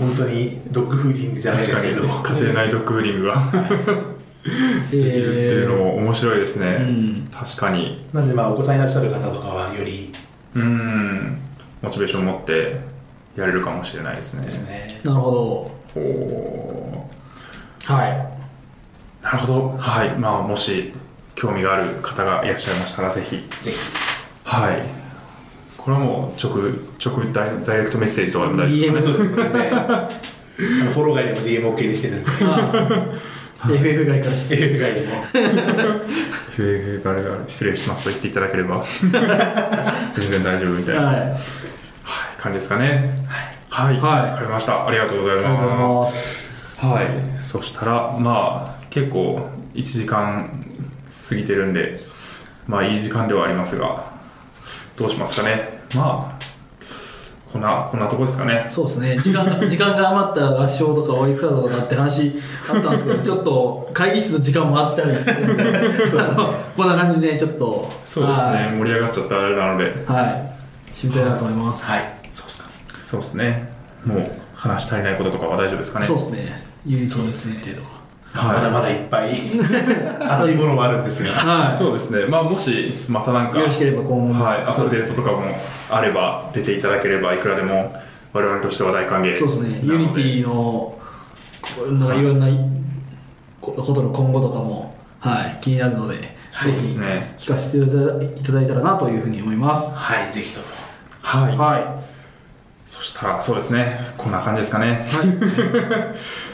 Speaker 3: 本当にドッグフーディングじゃないで
Speaker 2: 確
Speaker 3: す
Speaker 2: か
Speaker 3: け
Speaker 2: に
Speaker 3: ど、
Speaker 2: 家庭内ドッグフーディングが
Speaker 1: え
Speaker 2: できるっていうの
Speaker 1: ー
Speaker 2: も面白いですね、
Speaker 1: うん
Speaker 2: 確かに
Speaker 3: なんで、まあ、お子さんいらっしゃる方とかは、より
Speaker 2: うんモチベーション持ってやれるかもしれないですね
Speaker 3: ですね、
Speaker 1: なるほ
Speaker 2: おお
Speaker 1: どはい
Speaker 2: なるほどはいまあもし興味がある方がいらっしゃいましたらぜひ
Speaker 3: ぜひ、
Speaker 2: はいこれはもう直直ダイダイレクトメッセージとかでも大丈夫
Speaker 1: DM
Speaker 3: そうですねあのフォロー外でも DM OK にしてるんで、
Speaker 1: あ FF 外からして
Speaker 3: 政府外にも
Speaker 2: FF からが失礼しますと言っていただければ 全然大丈夫みたいな、はい
Speaker 1: はい
Speaker 2: 感じですかねはい、
Speaker 1: はい
Speaker 2: わかりましたありがとうござい
Speaker 1: ありが
Speaker 2: ま
Speaker 1: と
Speaker 2: す
Speaker 1: うございます
Speaker 2: はいそしたらまあ結構1時間過ぎてるんでまあいい時間ではありますがどうしますかねまあこんなこんなとこですかね
Speaker 1: そうですね時間 が時間が余ったら合唱とかオイクサとかって話あったんです けどちょっと会議室の時間もあったりしてあのこんな感じでちょっと
Speaker 2: そうですね盛り上がっちゃったあれなので
Speaker 1: はい、はい、締めたいなと思います、
Speaker 3: はいそうっすか
Speaker 2: そうですねもう話し足りないこととかは大丈夫ですかね
Speaker 1: そうですね唯一についてとか
Speaker 2: はい
Speaker 3: まだまだいっぱい熱いものもあるんですが
Speaker 1: は
Speaker 2: そうですね、まあ、もしまたなん
Speaker 1: い
Speaker 2: か、
Speaker 1: よ
Speaker 2: は
Speaker 1: ろしければ今後
Speaker 2: い、アップデートとかもあれば、出ていただければ、いくらでも我々としては大歓迎
Speaker 1: そうですねユ
Speaker 2: な
Speaker 1: ニ
Speaker 2: の
Speaker 1: テ
Speaker 2: で
Speaker 1: ィのこなんかいろんなこことの今後とかも、はい、気になるのでぜ
Speaker 2: そうです
Speaker 1: ひ
Speaker 2: ね、
Speaker 1: 聞かせていただいたらなというふうに思います
Speaker 3: はいぜひとも
Speaker 2: はい、
Speaker 1: は
Speaker 2: そしたら、そうですね、こんな感じですかね。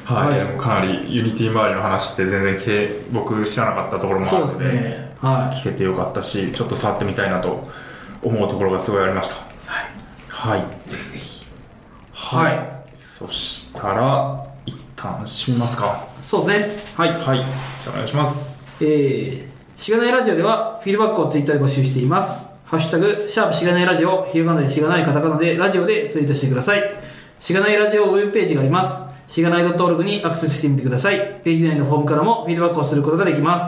Speaker 2: はい、
Speaker 1: はい
Speaker 2: でもかなりユニティ周りの話って、全然け僕、知らなかったとこ
Speaker 1: い
Speaker 2: ろもあ
Speaker 1: そ
Speaker 2: る
Speaker 1: うで
Speaker 2: の
Speaker 1: す
Speaker 2: で、
Speaker 1: ねは
Speaker 2: 聞けてよかったし、ちょっと触ってみたいなと思うところがすごいありました。はい、はい、
Speaker 3: ぜひぜひ
Speaker 1: はい
Speaker 2: そしたら、一旦閉めますか。
Speaker 1: いそうですねはい
Speaker 2: はい、じゃあお願いします。
Speaker 1: えー、しがないラジオではフィードバックをツイッターで募集しています。ハッシュタグ、シャープしがないラジオ、ひるがなでしがないカタカナでラジオでツイートしてください。しがないラジオウェブページがあります。しがない .org にアクセスしてみてください。ページ内のフォームからもフィードバックをすることができます。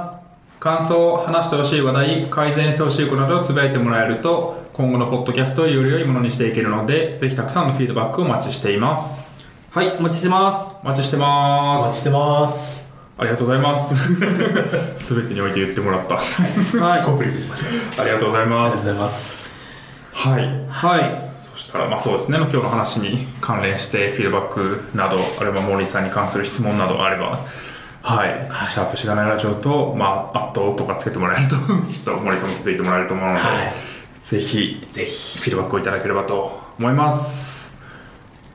Speaker 2: 感想、話してほしい話題、改善してほしいことなどをつぶやいてもらえると、今後のポッドキャストをより良いものにしていけるので、ぜひたくさんのフィードバックをお待ちしています。
Speaker 1: はい、お待ちしてます。
Speaker 2: お待ちしてま
Speaker 3: お待ちし
Speaker 2: す。
Speaker 3: てます
Speaker 2: ありがとうございます。 すべてにおいて言ってもらった。
Speaker 1: は
Speaker 3: コンプリートしましたあり
Speaker 2: ありがとうございま
Speaker 3: がとうご
Speaker 2: す。
Speaker 3: ざいます
Speaker 2: はい
Speaker 1: い。。は
Speaker 2: そしたら、まあそうですね、今日の話に関連して、フィードバックなど、あれば、モーリーさんに関する質問などあれば、はい、シャープしがないラジオと、まあ、アットとかつけてもらえると、 きっと森さんも気づいてもらえると思うので、
Speaker 3: は
Speaker 2: ぜひ
Speaker 3: いぜひ
Speaker 2: フィードバックをいただければと思います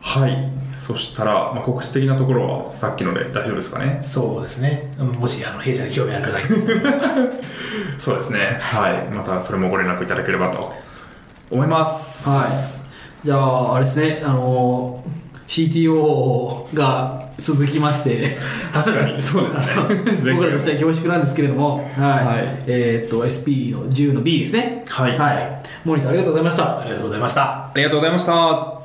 Speaker 2: はいそしたら、まあ、告知的なところはさっきので大丈夫ですかね
Speaker 3: そうですねもしあの弊社に興味ある方がいたら
Speaker 2: そうですねはいまたそれもご連絡いただければと思います
Speaker 1: い。はい。じゃあ、あれですね、あのー CTO が続きまして、
Speaker 2: 確かにそうですね
Speaker 1: 僕らとしては恐縮なんですけれども、はい。
Speaker 2: はい
Speaker 1: えーっと、SP の10の B ですね。
Speaker 2: はい、
Speaker 1: はい。モーリーさん、ありがとうございました。
Speaker 3: ありがとうございました
Speaker 2: ありがとうございました